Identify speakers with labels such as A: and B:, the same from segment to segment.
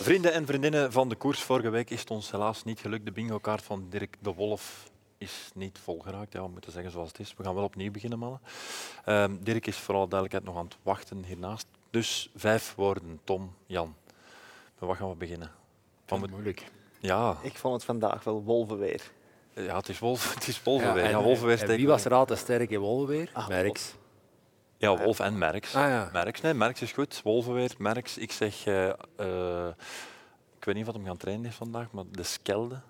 A: Vrienden en vriendinnen van de koers, vorige week is het ons helaas niet gelukt. De bingo-kaart van Dirk de Wolf is niet volgeraakt. Ja, we moeten zeggen zoals het is. We gaan wel opnieuw beginnen, mannen. Ehm, Dirk is vooral duidelijkheid nog aan het wachten hiernaast. Dus vijf woorden, Tom, Jan. Met wat gaan we beginnen? Van moet-
B: moeilijk.
A: ja,
C: Ik vond het vandaag wel wolvenweer.
A: ja, het is Wolf, het is Wolvenweer. Ja,
B: en,
A: Wolvenweer
B: en
A: steekt
B: wie
A: wel.
B: was er altijd sterk in Wolvenweer?
C: Ah,
B: Merks.
A: Ja, Wolf en Merks.
B: Eh, Ah, ja.
A: Merks, nee, Merks is goed. Wolvenweer, Merks. Ik zeg, eh, eh, ik weet niet wat hem gaan trainen is vandaag, maar de Skelde.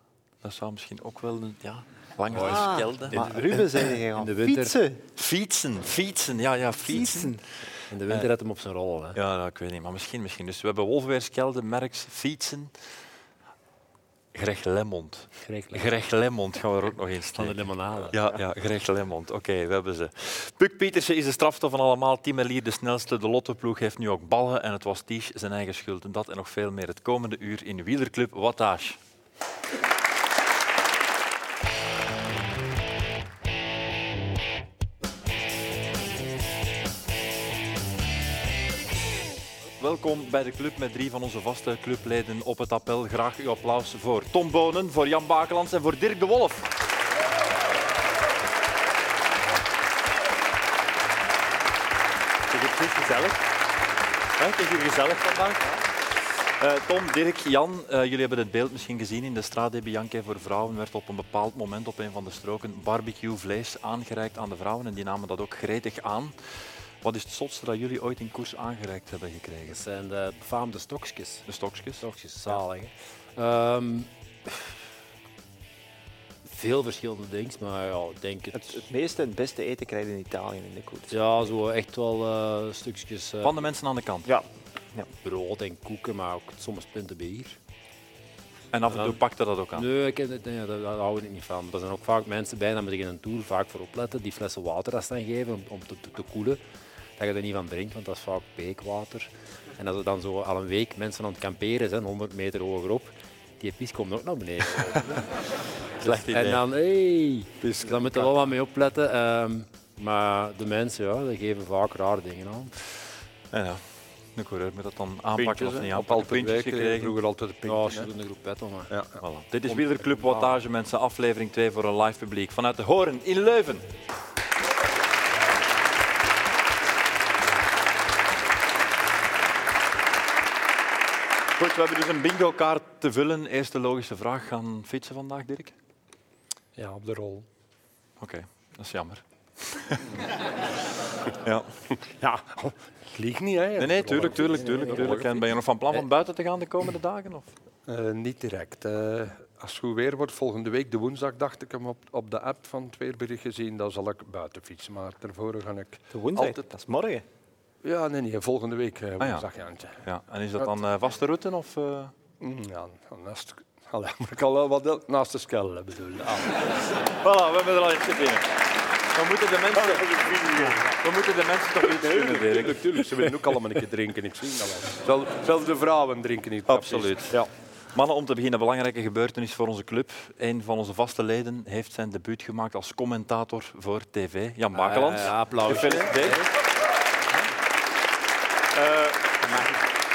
A: Dat zou misschien ook wel, een- ja, lange
C: Ah,
A: Skelde.
C: Maar Ruben zei je
B: in
C: gaan
B: de winter-
C: fietsen.
A: Fietsen, fietsen, ja, ja, fietsen.
B: In de winter had hem op zijn rol. Hè.
A: Eh, Ja, nou, ik weet niet, maar misschien, misschien. Dus we hebben Wolvenweer, Skelde, Merks, fietsen. Greg Lemmond.
B: Schrikkelijk.
A: Greg Lemmond gaan we er ook nog in
B: Van de
A: steken.
B: limonade.
A: Ja, ja, Greg Lemmond. Oké, we hebben ze. Puk Pietersen is de strafstof van allemaal. Tim Elier, de snelste. De Lotteploeg heeft nu ook ballen. En het was Ties zijn eigen schuld. En dat en nog veel meer het komende uur in Wielerclub Wattage. Welkom bij de club met drie van onze vaste clubleden op het appel. Graag uw applaus voor Tom Bonen, voor Jan Bakelands en voor Dirk de Wolf. Zeg, Het is gezellig. Hè, Het is hier gezellig vandaag. Eh, Tom, Dirk, Jan, eh, jullie hebben het beeld misschien gezien. In de Strade Bianche voor vrouwen werd op een bepaald moment op een van de stroken barbecue vlees aangereikt aan de vrouwen. En die namen dat ook gretig aan. Wat is het zotste dat jullie ooit in koers aangereikt hebben gekregen?
B: Dat zijn de befaamde stokjes.
A: De stokjes?
B: Stokjes, zalig. hè. Ehm, veel verschillende dingen, maar ja, ik denk
C: Het,
B: het.
C: het meeste en het beste eten krijg je in Italië in de koets.
B: Ja, zo echt wel eh, stukjes eh,
A: Van de mensen aan de kant.
C: Ja.
B: brood en koeken, maar ook soms punten bier.
A: En af en toe pakte dat ook aan.
B: Nee, ik heb het, nee daar, daar hou ik niet van. Er zijn ook vaak mensen bij, daar moet je in een tour vaak voor opletten, die flessen water als ze dan geven om, om te, te, te koelen. Dat je er niet van drinkt, want dat is vaak beekwater. En als er dan zo al een week mensen aan het kamperen zijn, 100 meter hogerop, die pis komt ook naar beneden.
A: Slecht idee.
B: en dan, hey, dus daar moeten we wel wat mee opletten. ehm, maar de mensen, ja, die geven vaak raar dingen aan.
A: En ja, de coureur moet dat dan aanpakken
D: Pintjes,
A: of
D: hè.
A: niet
D: Op
A: aanpakken.
D: Alpen
A: Puntjes
D: Wijk kregen we
A: gekregen.
D: vroeger altijd de
B: Ja,
D: pintjes.
B: ze doen de groep pet om. hè.
D: Ja.
A: Voilà. Dit is Wielerclub Wattage, mensen, aflevering 2 voor een live publiek vanuit de Horen in Leuven. Goed, we hebben dus een bingo-kaart te vullen. Eerste logische vraag, gaan fietsen vandaag, Dirk?
D: Ja, op de rol.
A: Oké, dat is jammer. ja.
D: Ja, het liegt niet, hè.
A: Nee, nee, tuurlijk, tuurlijk, tuurlijk, tuurlijk. En ben je nog van plan om buiten te gaan de komende dagen? Of?
D: Eh, niet direct. eh. als het goed weer wordt, volgende week, de woensdag, dacht ik hem op, op de app van het weerbericht gezien, dan zal ik buiten fietsen. Maar daarvoor ga ik...
C: De woensdag,
D: Altijd.
C: dat is morgen.
D: Ja, nee, nee, volgende week eh,
A: Ah, ja.
D: woensdag, Jantje.
A: Ja. En is dat dan eh, vaste route? Of, eh?
D: Mm, Ja, naast... Allee, maar ik al wel wat eh, naast de skel bedoel. Ah,
A: Voilà, we hebben er al eentje binnen. We moeten de mensen, we moeten de mensen toch iets kunnen, Dirk.
D: tuurlijk, tuurlijk. Ze willen ook allemaal een keer drinken, ik zie dat wel. Zelf- Zelfs de vrouwen drinken niet.
A: Absoluut.
D: Ja.
A: Mannen, om te beginnen, een belangrijke gebeurtenis voor onze club. Een van onze vaste leden heeft zijn debuut gemaakt als commentator voor tv. Jan Bakeland.
B: Ah, ja, applaus.
A: Gefeliciteerd. Eh,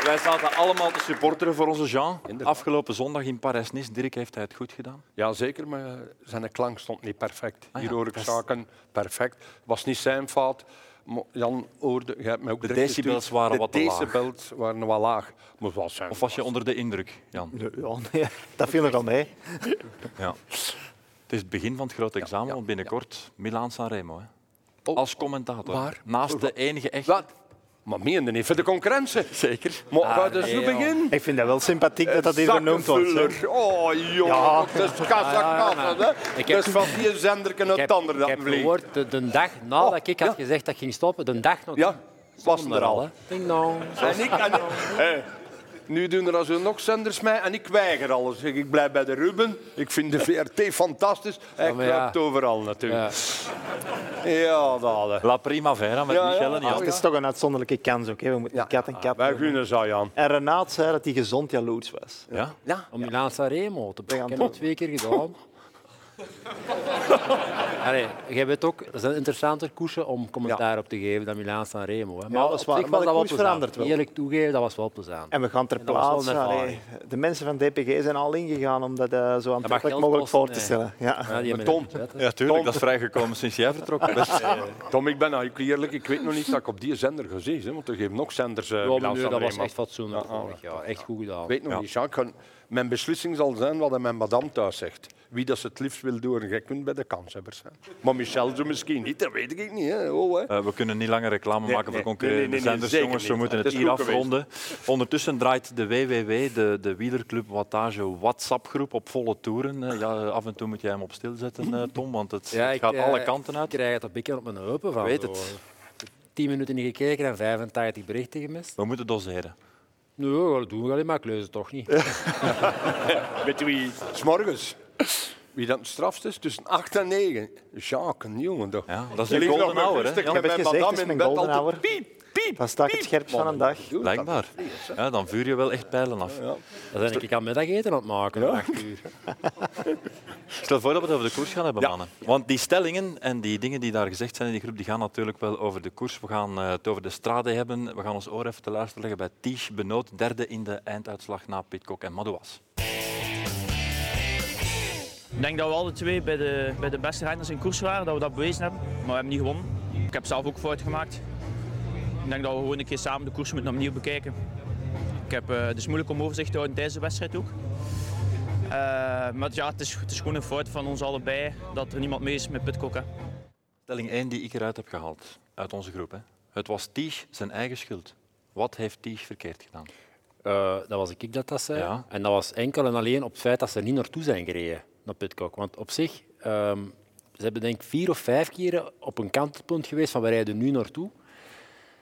A: wij zaten allemaal te supporteren voor onze Jean.
D: Inderdaad.
A: Afgelopen zondag in Parijs-Nice. Dirk heeft hij het goed gedaan.
D: Ja, zeker, maar zijn klank stond niet perfect.
A: Ah ja,
D: Hier hoor ik
A: dat is-
D: zaken perfect. was niet zijn fout. Mo- Jan hoorde, jij hebt mij ook
A: De
D: direct
A: decibels
D: gestuurd.
A: waren wat te
D: De
A: laag.
D: decibels waren wel laag. Maar wat zijn
A: Of was je onder de indruk, Jan?
C: Ja, nee, dat viel nog aan mij.
A: Ja. Het is het begin van het grote examen, want binnenkort Milaan-San Remo. Hè.
D: Oh.
A: Als commentator.
D: Waar?
A: Naast de enige echte.
D: Wat? Maar meende niet voor de concurrentie.
A: Zeker. Ah,
D: Maar waar is nu
A: nee,
D: begin?
C: Ik vind dat wel sympathiek dat dat hier genoemd wordt. hè.
D: Zakkenvuller. Oh jongen,
C: Ja.
D: dat is kassa
B: ja,
D: kassa. hè.
B: Ik heb-
D: Dat is van die zender en
B: Ik
D: het
B: heb,
D: ander
B: ik
D: dat
B: heb
D: vliegt.
B: gehoord, de, de dag nadat
D: Oh,
B: ik had
D: ja.
B: gezegd dat ik ging stoppen, de dag nog
D: Ja, was hem er al.
B: hè. Ding dong.
D: En ik, en ik- Hé, nu doen er als nog zenders mij en ik weiger alles. Ik- Ik blijf bij de Ruben. Ik vind de VRT fantastisch. Hij
B: Ja, maar ja.
D: kruipt overal natuurlijk. Ja, dat. hè.
A: La Primavera met
D: Ja, ja.
A: Michel en Jan.
D: Ah,
C: Het is toch een uitzonderlijke kans ook. Hè. We moeten kat en kat.
D: Wij
C: noemen.
D: gunnen ze aan.
C: En Renaat zei dat hij gezond jaloers was.
A: Ja?
B: Om Milaan Sanremo te
C: gaan
B: pakken. Ik heb het twee keer gedaan. Allee, jij weet ook, dat zijn interessante koersen om commentaar op te geven dan Milaan San Remo. Hè. Maar
C: Ja, dat
B: op
C: is waar.
B: zich
C: Maar
B: was
C: de
B: dat wel
C: koers verandert
B: plezant.
C: wel.
B: Eerlijk toegeven, dat was wel plezant.
C: En we gaan ter
B: En dat was wel
C: plaatse.
B: een ervaring.
C: allee. De mensen van DPG zijn al ingegaan om dat eh, zo aantrekkelijk
B: geld
C: mogelijk voor
B: kosten,
C: te
B: hè.
C: stellen. Ja.
B: Ja, die hebben
D: Tom.
B: het budget, hè.
A: Ja, tuurlijk. Dat is vrijgekomen sinds jij vertrokken bent.
D: Tom, ik ben eigenlijk eerlijk. Ik weet nog niet dat ik op die zender gezien heb, want er geven nog zenders. eh,
B: Ja, maar
D: Milan
B: nu,
D: San
B: dat was
D: Remo.
B: echt fatsoenlijk
D: Ja, ja,
A: ah.
B: vorig jaar. Echt goed gedaan.
D: Ik weet nog
A: Ja.
D: niet, Jacques. Gewoon, Mijn beslissing zal zijn wat mijn madame thuis zegt. Wie dat ze het liefst wil doen, jij kunt bij de kanshebbers zijn. Maar Michel zo misschien niet, dat weet ik niet. Hè. Oh, hè.
A: Eh, we kunnen niet langer reclame
D: Nee,
A: maken
D: nee,
A: voor
D: nee,
A: concurrerende
D: nee, nee,
A: zenders,
D: zeker
A: jongens. We
D: niet.
A: moeten
D: Het
A: het
D: is
A: hier
D: goed geweest.
A: afronden. Ondertussen draait de WWW, de, de wielerclub Wattage WhatsApp-groep, op volle toeren. Eh, Ja, af en toe moet jij hem op stil zetten, eh, Tom, want het,
B: Ja,
A: het
B: ik,
A: gaat
B: eh,
A: alle kanten uit.
B: Ik krijg het een beetje op mijn heupen van.
A: weet
B: zo.
A: het.
B: Tien minuten niet gekeken en 85 berichten gemist.
A: We moeten doseren.
B: Nee, dat doen we alleen maar, ik lees het toch niet.
D: Weet je wie? S'morgens. Wie dan het strafst is? Tussen 8 en 9. Jacques, een jongen toch?
A: Ja, dat is een
D: ligt nog
A: golden
D: maar
A: hour, hè?
D: rustig
A: Jan?
D: met
C: Ik heb het
D: mijn
C: gezegd,
D: madame
C: het is
D: in
C: mijn
D: bed
C: golden
D: altijd.
C: hour.
D: Piep, piep,
C: Dan sta ik het
D: piep.
C: scherpst van een dag.
D: Doe dat.
A: Blijkbaar. Ja, dan vuur je wel echt pijlen af.
B: Dan ben ik aan middageten aan het maken. om acht uur.
A: Stel voor dat we het over de koers gaan hebben, mannen. Want die stellingen en die dingen die daar gezegd zijn in die groep, die gaan natuurlijk wel over de koers. We gaan eh, het over de strade hebben. We gaan ons oor even te luisteren leggen bij Tiege Benoot, derde in de einduitslag na Pitcock en Madouas.
E: Ik denk dat we alle twee bij de, bij de beste renners in koers waren, dat we dat bewezen hebben. Maar we hebben niet gewonnen. Ik heb zelf ook fout gemaakt. Ik denk dat we gewoon een keer samen de koers moeten opnieuw bekijken. Ik heb, eh, het is moeilijk om overzicht te houden tijdens de wedstrijd ook. Eh, maar ja, het is, het is gewoon een fout van ons allebei dat er niemand mee is met Pitcock. hè.
A: Stelling 1 die ik eruit heb gehaald, uit onze groep. Hè. Het was Tiege zijn eigen schuld. Wat heeft Tiege verkeerd gedaan?
B: Eh, dat was ik dat dat zei.
A: Ja.
B: En dat was enkel en alleen op het feit dat ze er niet naartoe zijn gereden, naar Pitcock. Want op zich, ehm, ze hebben denk ik vier of vijf keren op een kantelpunt geweest van we rijden nu naartoe.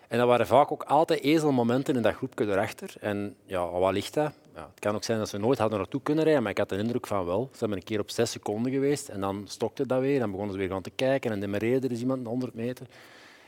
B: En dat waren vaak ook altijd ezelmomenten in dat groepje erachter. En ja, wat ligt dat? Ja, het kan ook zijn dat ze nooit hadden naartoe kunnen rijden, maar ik had de indruk van wel. Ze hebben een keer op zes seconden geweest en dan stokte dat weer. Dan begonnen ze weer gaan te kijken en demereerde er is iemand een 100 meter.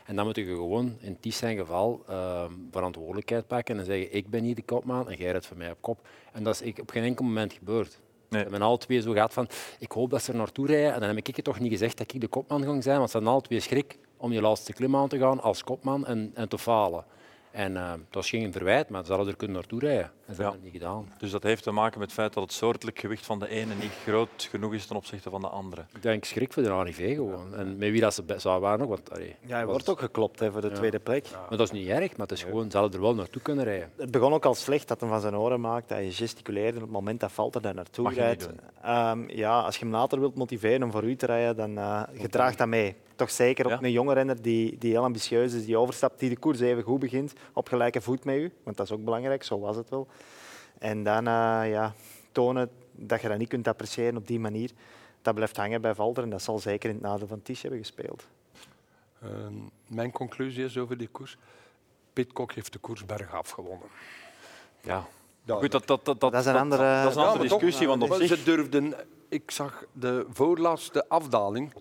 B: En dan moet je gewoon in Ties zijn geval eh, verantwoordelijkheid pakken en zeggen: Ik ben hier de kopman en jij rijdt voor mij op kop. En dat is ik- op geen enkel moment gebeurd.
A: Nee.
B: We hebben alle twee zo gehad van: Ik hoop dat ze er naartoe rijden. En dan heb ik het toch niet gezegd dat ik de kopman ging zijn, want ze hadden alle twee schrik om die laatste klim aan te gaan als kopman en, en te falen. En eh het was geen verwijt, maar ze hadden er kunnen naartoe rijden. En ze
A: Ja.
B: hebben het niet gedaan.
A: Dus dat heeft te maken met het feit dat het soortelijk gewicht van de ene niet groot genoeg is ten opzichte van de andere.
B: Ik denk schrik voor de ANIV gewoon. En met wie dat ze zou waren ook. Want, allee,
C: Ja, hij wordt ook geklopt hè, voor de tweede plek.
B: Maar dat is niet erg, maar het is gewoon, ze hadden er wel naartoe kunnen rijden.
C: Het begon ook al slecht dat hij van zijn oren maakte. Hij gesticuleerde. Op het moment dat valt er daar naartoe
A: Mag je
C: rijdt.
A: niet
C: Ehm, ja, als je hem later wilt motiveren om voor u te rijden, dan eh je draagt dat mee. Toch zeker op
A: Ja.
C: een jonge renner die, die heel ambitieus is, die overstapt, die de koers even goed begint, op gelijke voet met u. Want dat is ook belangrijk, zo was het wel. En dan eh, ja, tonen dat je dat niet kunt appreciëren op die manier. Dat blijft hangen bij Valder en dat zal zeker in het nadeel van Tisch hebben gespeeld.
D: Ehm, mijn conclusie is over die koers. Pitcock heeft de koers bergaf gewonnen.
A: Ja.
D: Ja,
A: Goed, dat, dat, dat, dat,
C: is een andere-
A: dat is een
D: Ja,
A: andere
D: maar toch-
A: discussie, want op
D: Maar
A: zich...
D: Ze durfden... Ik zag de voorlaatste afdaling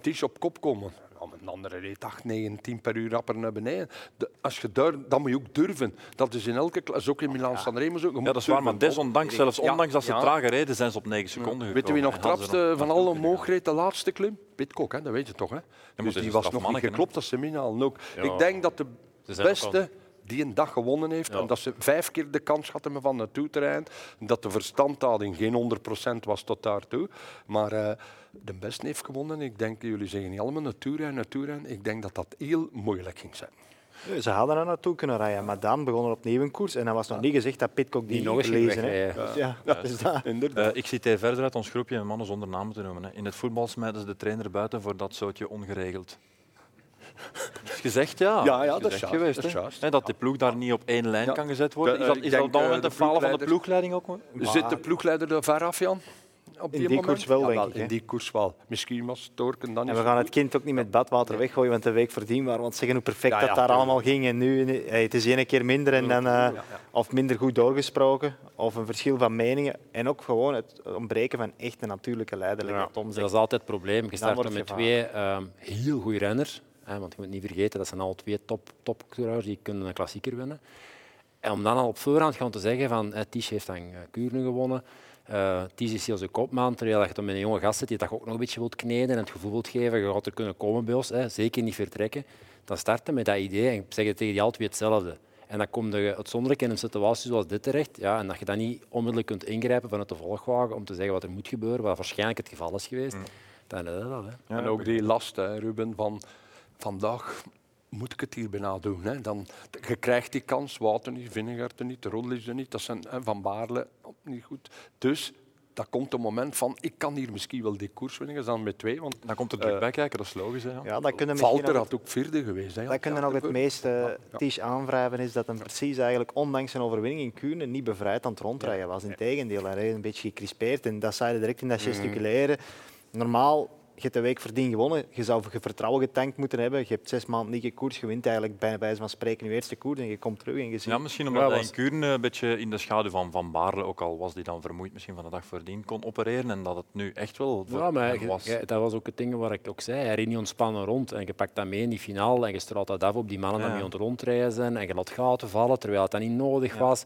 D: Tisch op kop komen. Ja, maar een andere reed 8, 9, 10 per uur rapper naar beneden. De- als je durft, dan moet je ook durven. Dat is in elke klas, ook in Milaan-San Remo zo. Je
A: Ja,
D: moet
A: dat is waar, maar
D: durven.
A: desondanks,
D: Ja,
A: zelfs ondanks dat ze
D: ja.
A: trager reden, zijn ze op 9 seconden gekomen.
D: Weet je wie nog
A: En hadden ze
D: trapste
A: nog
D: van
A: naartoe
D: alle
A: kunnen
D: omhoog reed de laatste klim? Pitcock, hè? dat weet je toch. Hè?
A: het
D: Dus
A: is een
D: die was nog niet
A: strafmanneke, hè?
D: geklopt, dat ze minhalen ook.
B: Ja.
D: Ik denk dat de
B: Ze zijn ook
D: beste die een dag gewonnen heeft,
B: Ja.
D: en dat ze vijf keer de kans hadden om van naartoe te rijden, dat de verstandhouding geen 100% was tot daartoe. Maar eh, de beste heeft gewonnen. Ik denk, jullie zeggen niet allemaal naartoe rijden, naartoe rijden. Ik denk dat dat heel moeilijk ging zijn.
C: Nee, Ze hadden er naartoe kunnen rijden, maar dan begon er opnieuw een koers. En dan was nog niet gezegd dat Pitcock die
B: Die nog eens ging
C: lezen. hè.
B: wegrijden.
C: Dus ja, dat is dat.
D: Inderdaad.
A: Eh, ik citeer verder uit ons groepje, en mannen zonder namen te noemen. Hè. In het voetbal smijten ze de trainer buiten voor dat zootje ongeregeld. Dat is gezegd, ja.
D: Ja, ja,
A: is
D: dat is
A: gezegd
D: juist,
A: geweest.
D: dat is
A: hè.
D: juist.
A: Hè, dat de ploeg daar niet op één lijn
D: Ja.
A: kan gezet worden.
D: De,
A: Is dat,
D: eh,
A: is
D: ik
A: dat op
D: denk,
A: dat moment
D: eh,
A: een
D: de
A: falen van de
D: ploegleider-
A: ploegleiding ook? hoor?
D: Eh, Zit de ploegleider er ver af, Jan? Op
C: In die
D: moment?
C: koers wel,
D: Ja,
C: denk ik, hè.
D: In die koers wel. Misschien was Torken dan
C: En
D: niet
C: we
D: zo
C: gaan
D: goed.
C: het kind ook niet met badwater weggooien, want de week verdien waren. Want zeggen hoe perfect
D: Ja, ja,
C: dat daar
D: tuurlijk.
C: allemaal ging. En nu, hey, het is één keer minder en dan, eh, of minder goed doorgesproken, of een verschil van meningen. En ook gewoon het ontbreken van echt een natuurlijke leider. like dat Tom
B: Dus
C: zegt.
B: Dat is altijd het probleem. Je start
C: wordt
B: dan met
C: gevaar.
B: twee ehm, heel goede renners. Hè, want je moet niet vergeten, dat zijn al twee top, topcoureurs die kunnen een klassieker winnen. En om dan al op voorhand gaan te zeggen van eh, Tisch heeft dan eh, Kuurne gewonnen. Eh Ties is heel zijn kopman, terwijl je dan met een jonge gast zit die dat je ook nog een beetje wilt kneden en het gevoel wilt geven, je gaat er kunnen komen bij ons, hè, zeker niet vertrekken. Dan starten met dat idee en zeggen tegen die alle twee hetzelfde. En dan kom je uitzonderlijk in een situatie zoals dit terecht. Ja, en dat je dan niet onmiddellijk kunt ingrijpen vanuit de volgwagen om te zeggen wat er moet gebeuren, wat waarschijnlijk het geval is geweest. Dan, eh, dat, hè.
D: en ook die last, hè, Ruben, van vandaag moet ik het hier bijna doen. Hè. Dan, je krijgt die kans, Wouter niet, Vinnegard er niet, Roddel is er niet, dat zijn, hè, Van Baarle ook niet goed. Dus dat komt een moment van, ik kan hier misschien wel die koers winnen, dan met twee, want
A: Dan komt er druk
D: Eh,
A: bij kijken, dat is logisch. Hè, ja.
C: Ja, dat kunnen misschien
D: Valter
C: nog-
D: had ook vierde geweest. Hè,
C: Dat kunnen nog het meeste Ties aanwrijven, is dat hem precies eigenlijk, ondanks zijn overwinning in Kuurne, niet bevrijd aan het rondrijden was. Integendeel, hij reed een beetje gecrispeerd en dat zei hij direct in dat
D: Mm.
C: gesticuleren. Normaal, je hebt de week verdien gewonnen, je zou je vertrouwen getankt moeten hebben. Je hebt zes maanden niet gekoerst, je wint eigenlijk bij wijze van spreken je eerste koers en je komt terug en je ziet...
A: Ja, misschien omdat
C: Ja,
A: hij
C: was-
A: in Kuurne een beetje in de schaduw van Van Baarle, ook al was die dan vermoeid misschien van de dag voordien, kon opereren en dat het nu echt wel voor
B: Ja, maar
A: hem
B: je-
A: was.
B: je- dat was ook het ding waar ik ook zei. Hij reed niet ontspannen rond en je pakt dat mee in die finale en je straalt dat af op die mannen
A: Ja.
B: die aan het rondrijden zijn en je laat gaten vallen terwijl het dat niet nodig was.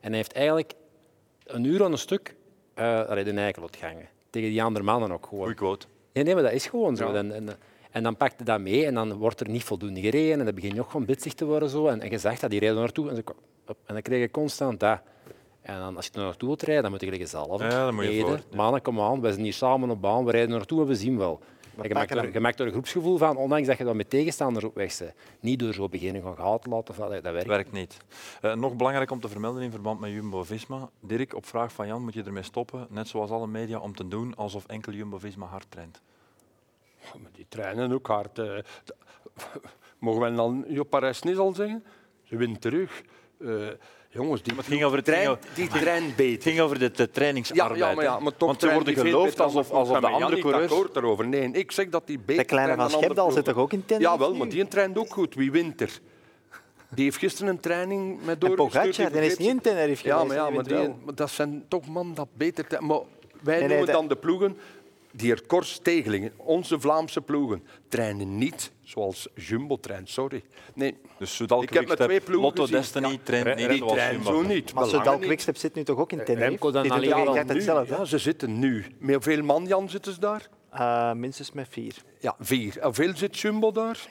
B: En hij heeft eigenlijk een uur aan een stuk eh allee, de eikel laten gangen. Tegen die andere mannen ook gewoon.
A: Goeie quote.
B: Nee, nee, maar dat is gewoon zo. En, en, en dan pakte dat mee en dan wordt er niet voldoende gereden. En dan begin je ook gewoon bitsig te worden. Zo. En, en je zegt dat, die rijden er naartoe. En, ze, hop, en dan kreeg je constant dat. En dan, als je er naartoe wilt rijden, dan moet je liggen zelf.
A: Ja, dan moet je
B: Rijden.
A: voor, ja.
B: Mannen, kom aan, we zijn hier samen op baan, we rijden er naartoe en we zien wel. En je, maakt
C: pakken
B: er,
C: hem.
B: je maakt er een groepsgevoel van, ondanks dat je dan met tegenstanders op weg bent. Niet door zo beginnen gaan gaten laten vallen, dat werkt.
A: Werkt niet. Eh, nog belangrijk om te vermelden in verband met Jumbo-Visma. Dirk, op vraag van Jan moet je ermee stoppen, net zoals alle media, om te doen alsof enkel Jumbo-Visma hard traint.
D: Ja, Oh, maar die trainen ook hard. eh. D- Mogen we dan Jo Parijs niet al zeggen? Ze wint terug. Eh, jongens, die
A: het ging over het-
D: trein,
A: ging over-
D: die trein
A: Het
D: beter.
A: ging over de, de trainingsarbeid.
D: Ja, ja, maar ja,
A: hè.
D: maar toch
A: Want ze worden geloofd alsof, alsof de andere coureurs...
D: akkoord daarover. Nee, ik zeg dat die beter
C: De kleine
D: zijn
C: van
D: dan andere
C: Schepdal zit
D: ploegen.
C: toch ook in tennis?
D: Ja, wel,
C: nu?
D: maar die traint ook goed. Wie wint er? Die heeft gisteren een training met
C: En
D: doorgestuurd.
C: Pogacar,
D: die
C: die is
D: vergeet
C: niet in Tenerife
D: Ja,
C: geweest,
D: maar, ja,
C: die
D: maar,
C: wint
D: die,
C: wel.
D: maar dat zijn toch man dat beter. te- Maar wij
C: nee,
D: noemen
C: dat-
D: dan de ploegen die er kort tegelingen. Onze Vlaamse ploegen trainen niet zoals Jumbo traint. Sorry. Nee,
A: Dus Soudal
D: Ik heb maar
A: Quickstep,
D: twee ploegen
A: Lotto
D: gezien.
A: Destiny
D: Ja.
A: traint niet
D: die
A: zoals
D: trainen
A: Jumbo.
D: zo niet.
C: Maar
D: Wel
C: Soudal
D: lang niet.
C: Quickstep zit nu toch ook in Tenerife?
B: Remco dan
C: Die doet
B: alleen.
C: toch exact
D: Ja, Eh, dan nu.
C: hetzelfde?
D: Ja, ze zitten nu. Met hoeveel man, Jan, zitten ze daar?
C: Eh, minstens met vier.
D: Ja, vier. En hoeveel zit Jumbo daar?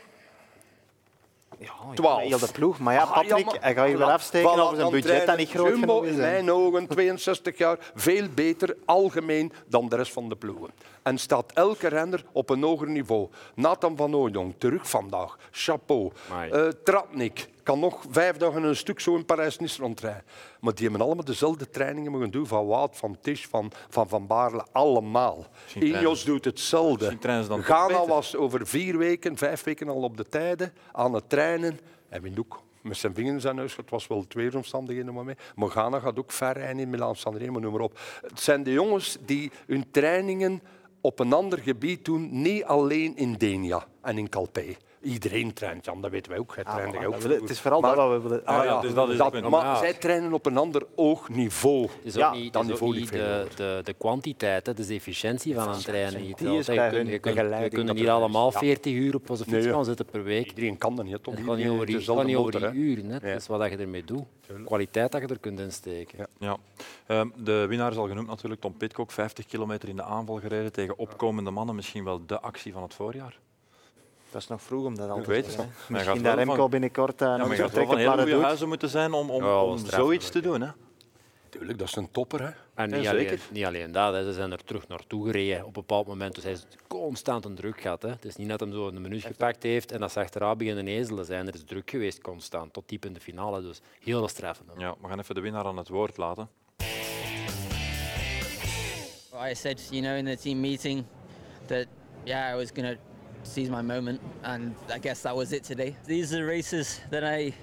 C: Ja, ja,
D: Twaalf.
C: Heel de ploeg. Maar ja,
D: Ah,
C: Patrick,
D: maar-
C: hij gaat je wel
D: Voilà.
C: afsteken
D: Voilà,
C: over zijn
D: dan
C: budget dat
D: trainen
C: niet groot
D: Jumbo
C: genoeg is.
D: in
C: hè.
D: mijn ogen, 62 jaar, veel beter algemeen dan de rest van de ploegen. En staat elke renner op een hoger niveau. Nathan van Ooyong, terug vandaag. Chapeau.
B: Amai.
D: Eh Tratnik kan nog vijf dagen een stuk zo in Parijs-Nice rondrijden. Maar die hebben allemaal dezelfde trainingen mogen doen. Van Wout, van Tisch, van Van, van Baarle, allemaal. Ineos doet hetzelfde.
A: Misschien trainen ze dan toch
D: Ghana
A: beter.
D: was over vier weken, vijf weken al op de tijden aan het trainen. En wint ook met zijn vingers in zijn neus. Het was wel twee omstandigheden maar mee. Maar Ghana gaat ook ver rijden in Milaan Sanremo, noem maar op. Het zijn de jongens die hun trainingen op een ander gebied doen. Niet alleen in Denia en in Calpe. Iedereen traint, Jan, dat weten wij ook. Jij
C: Ah,
D: trainde
C: voilà,
D: jij
C: dat
D: ook
C: willen-
D: vroeger.
C: het is vooral
D: Maar-
C: dat wat we willen.
D: Ah, ja,
A: dus dat is het
D: dat-
A: punt.
D: maar zij trainen op een ander oogniveau.
B: Het is
C: Ja,
B: ook niet,
D: dan
B: het is ook
D: niveau
B: niet
D: niet veel
B: de, de, de kwantiteit, hè, dus de efficiëntie van een trainen. Je,
C: Die is bij
B: je, kunt-
C: hun
B: je, kunt-
C: begeleiding
B: we kunnen
C: dat
B: niet
C: er is.
B: allemaal 40 uur op onze fiets
D: Nee, ja.
B: gaan zitten per week.
D: Iedereen kan dat niet, toch?
B: Het gaat niet over die, het gaat
D: dezelfde
B: niet over
D: motor,
B: die
D: hè.
B: uren, hè.
D: Ja.
B: het is wat je ermee doet. Kwaliteit dat je er kunt insteken.
D: Ja.
A: Ja. Ehm, de winnaar is al genoemd natuurlijk, Tom Pitcock. 50 kilometer in de aanval gereden tegen opkomende mannen. Misschien wel de actie van het voorjaar.
C: Dat is nog vroeg om dat al
A: Ik
C: te
A: weet het
C: zeggen,
A: nog.
C: hè.
A: Maar je
C: Misschien
A: gaat
C: dat
A: wel van-
C: Remco binnenkort
A: Ja,
C: eh, nog
A: maar je
C: zo'n
A: gaat wel
C: trek
A: van
C: op
A: hele
C: waar het
A: goede
C: doet.
A: huizen moeten zijn om, om,
B: Ja, wel
A: om
B: straf,
A: zoiets te doen. Hè.
D: Tuurlijk, dat is een topper. Hè.
B: En
A: Ja,
B: niet,
A: zeker.
B: alleen, niet alleen dat, hè. ze zijn er terug naartoe gereden op een bepaald moment. Dus hij is constant een druk gehad. Hè. Het is niet dat hij zo een minuut gepakt heeft en dat ze achteraan beginnen ezelen zijn. Er is druk geweest constant, tot diep in de finale. Dus heel straffen.
A: Ja, we gaan even de winnaar aan het woord laten.
F: I said, you know, in the team meeting that, yeah, I was going to seize my moment, and I guess that was it today. These are races that I,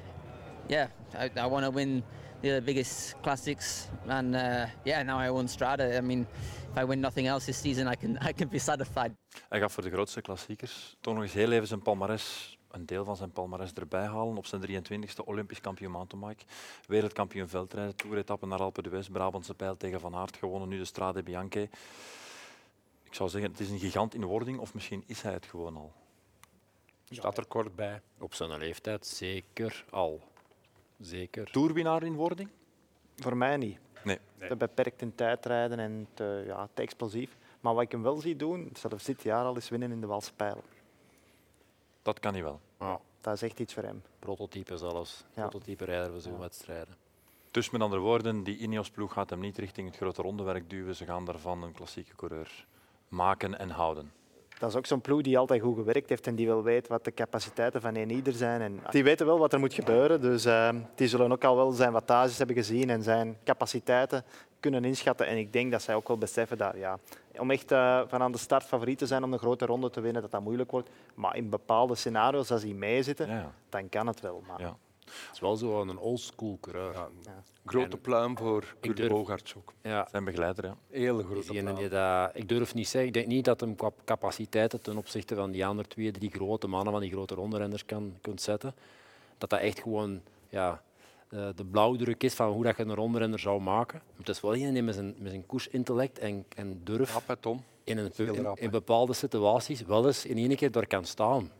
F: yeah, I, I want to win the other biggest classics, and uh, yeah, now I won Strada. I mean, if I win nothing else this season, I can I can be satisfied.
A: Hij gaat voor de grootste klassiekers. Toch nog eens heel even zijn palmares, een deel van zijn palmares erbij halen. Op zijn 23e Olympisch kampioen mountainbike. Wereldkampioen veldrijden, toeretappen naar Alpe d'Huez, Brabantse pijl tegen Van Aert gewonnen, nu de Strade Bianche. Ik zou zeggen, het is een gigant in wording, of misschien is hij het gewoon al.
D: Staat er kort bij.
B: Op zijn leeftijd zeker al. Zeker.
A: Toerwinnaar in wording?
C: Voor mij niet.
A: Nee.
C: Te beperkt in tijdrijden en te, ja, te explosief. Maar wat ik hem wel zie doen, zelfs dit jaar al, is winnen in de Waalse Pijl.
A: Dat kan hij wel.
B: Ja,
C: Dat is echt iets voor hem.
B: prototype zelfs.
C: Ja.
B: Prototype rijder voor zo'n wedstrijden.
A: Dus met andere woorden, die Ineos-ploeg gaat hem niet richting het grote rondewerk duwen. Ze gaan daarvan een klassieke coureur maken en houden.
C: Dat is ook zo'n ploeg die altijd goed gewerkt heeft en die wel weet wat de capaciteiten van een ieder zijn. En ah, die weten wel wat er moet gebeuren, dus eh, die zullen ook al wel zijn wattages hebben gezien en zijn capaciteiten kunnen inschatten. En ik denk dat zij ook wel beseffen dat ja, om echt eh, van aan de start favoriet te zijn om een grote ronde te winnen, dat dat moeilijk wordt. Maar in bepaalde scenario's, als die meezitten,
A: Ja, ja.
C: dan kan het wel. Maar
A: Ja.
B: Het is wel zo'n oldschool coureur. Ja.
D: Grote
B: En-
D: pluim voor Kurt
B: durf-
D: Bogarts ook.
A: Zijn begeleider, ja.
D: Hele
B: Is
D: grote
B: die ene
D: pluim.
B: die dat, ik durf niet zeggen, ik denk niet dat hem qua capaciteiten ten opzichte van die andere twee, drie grote mannen van die grote rondrenners kan, kunt zetten. Dat dat echt gewoon ja, eh, de blauwdruk is van hoe dat je een rondrenner zou maken. Maar het is wel iemand die met zijn, met zijn koersintellect en, en durf
D: Rap, hè, Tom.
B: in, een,
D: heel
B: in,
D: rap, hè.
B: in bepaalde situaties wel eens in één keer door kan staan.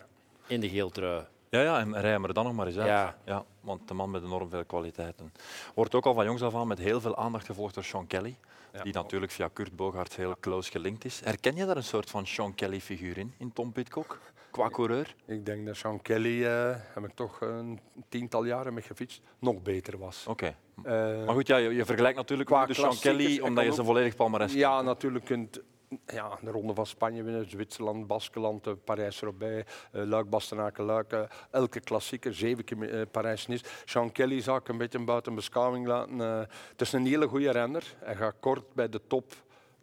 B: In de geeltrui.
A: Ja, ja, en rij hem er dan nog maar eens uit.
B: Ja.
A: want de man met enorm veel kwaliteiten. Wordt ook al van jongs af aan met heel veel aandacht gevolgd door Sean Kelly. Die natuurlijk via Kurt Bogaert heel close gelinkt is. Herken je daar een soort van Sean Kelly-figuur in, in Tom Pitcock? Qua coureur?
D: Ik denk dat Sean Kelly, eh heb ik toch een tiental jaren mee gefietst, nog beter was.
A: Oké.
B: Oh.
D: Eh,
A: Maar goed, ja, je, je vergelijkt natuurlijk
D: Qua
A: nu de Sean
D: klassiekers,
A: Kelly,
D: hij
A: omdat je
D: kan
A: ze
D: ook-
A: volledig palmarès kent.
D: Ja, natuurlijk kunt ja, de Ronde van Spanje winnen, Zwitserland, Baskeland, eh, Parijs-Roubaix, eh, Luik, Bastenaken, Luik. eh, elke klassieker, zeven keer eh, Parijs-Nice. Sean Kelly zou ik een beetje buiten beschouwing laten. eh. het is een hele goede renner. Hij gaat kort bij de top,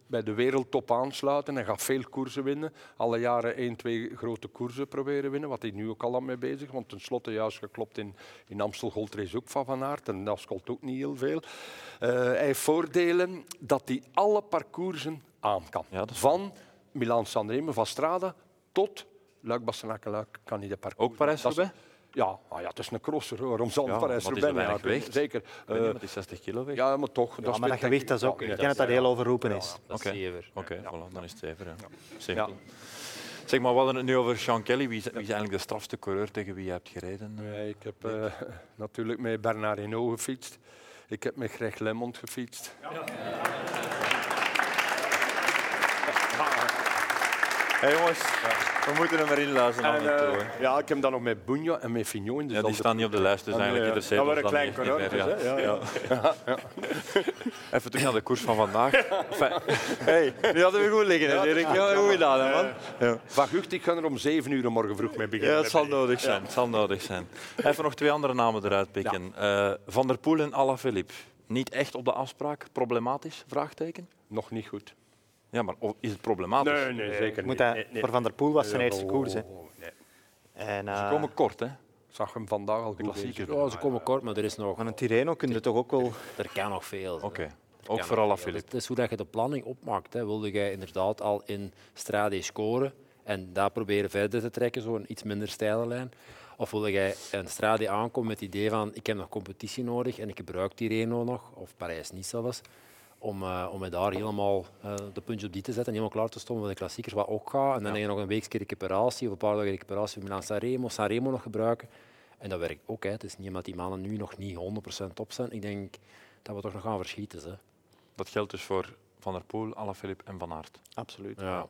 D: bij de wereldtop aansluiten. Hij gaat veel koersen winnen. Alle jaren één, twee grote koersen proberen winnen, wat hij nu ook al aan mee bezig is. Want tenslotte juist geklopt in, in Amstel Gold Race ook van Van Aert. En dat scheelt ook niet heel veel. Eh, hij heeft voordelen dat hij alle parcoursen aan kan.
A: Ja, dat is
D: van Milaan-San Remo, van Strada tot luik bastenaken luik kan hij de parcours.
A: Ook Parijs
D: Dat is-
A: erbij?
D: Ja, ah ja, het is een crosser. hoor. Waarom zal
A: Ja,
D: Parijs
A: wat is
D: erbij
A: er weinig weegt?
D: Zeker.
A: Ik weet niet,
D: Eh,
A: maar die 60 kilo weegt.
D: ja, maar toch.
C: Ja,
D: is
C: maar dat
D: denk ik-
C: gewicht dat is ook,
D: Ja,
C: ik ken dat dat heel overroepen is.
B: Dat
A: Oké.
B: is zeker.
A: Oké, voilà, dan is het even. Ja.
D: ja.
A: Simpel. Zeg maar, we hadden het nu over Sean Kelly. Wie is, wie is eigenlijk de strafste coureur tegen wie je hebt gereden?
D: Nee, ik heb eh, natuurlijk met Bernard Hinault gefietst. Ik heb met Greg Lemond gefietst.
A: Hé jongens, we moeten hem erin luisteren.
D: En, eh, ja, ik heb dan nog met Bunja en met Fignon.
A: ja,
D: in
A: die
D: dezelfde
A: staan niet op de lijst, dus
D: Ah, nee,
A: eigenlijk
D: ja.
A: ieder zetel
D: Dat
A: dan
D: waren kleine
A: niet- niet
D: coureurs,
A: meer, Even terug naar de koers van vandaag. Enfin,
C: Hey, nu hadden we goed liggen, hè, Erik. Ja, goed gedaan, hè, man.
D: Van Gucht, ik ga er om 7 uur morgen vroeg mee beginnen.
A: ja, het zal nodig zijn. Het zal nodig zijn. Even nog twee andere namen eruit pikken. Eh, van der Poel en Alaphilippe. Niet echt op de afspraak. Problematisch? Vraagteken.
D: Nog niet goed.
A: Ja, maar o- is het problematisch?
D: nee, zeker
C: Moet hij, Voor Van der Poel was zijn eerste koers. Hè.
D: nee.
C: En,
A: Ze
C: eh,
A: komen kort, hè?
D: Ik zag hem vandaag al goed
A: Klassieker.
D: bezig.
B: Ja, ze komen kort, maar er, is nog,
C: van een Tirreno kun je toch ook wel...
B: er kan nog veel.
A: Oké. Ook voor Alaphilippe.
B: Het is hoe dat je de planning opmaakt. Hè. Wilde jij inderdaad al in Strade scoren en daar proberen verder te trekken, zo'n iets minder steile lijn? Of wilde jij een Strade aankomen met het idee van ik heb nog competitie nodig en ik gebruik die Reno nog, of Parijs niet zelfs, om, eh, om mij daar helemaal eh, de puntje op die te zetten en helemaal klaar te stonden voor de klassiekers, wat ook gaat. En dan heb je nog een weekje recuperatie of een paar dagen recuperatie voor Milan Sanremo, Sanremo nog gebruiken. En dat werkt ook. Hè. Het is niet omdat die mannen nu nog niet 100% op zijn. Ik denk dat we toch nog gaan verschieten. Hè.
A: Dat geldt dus voor Van der Poel, Alaphilippe en Van Aert.
C: Absoluut.
B: Ja.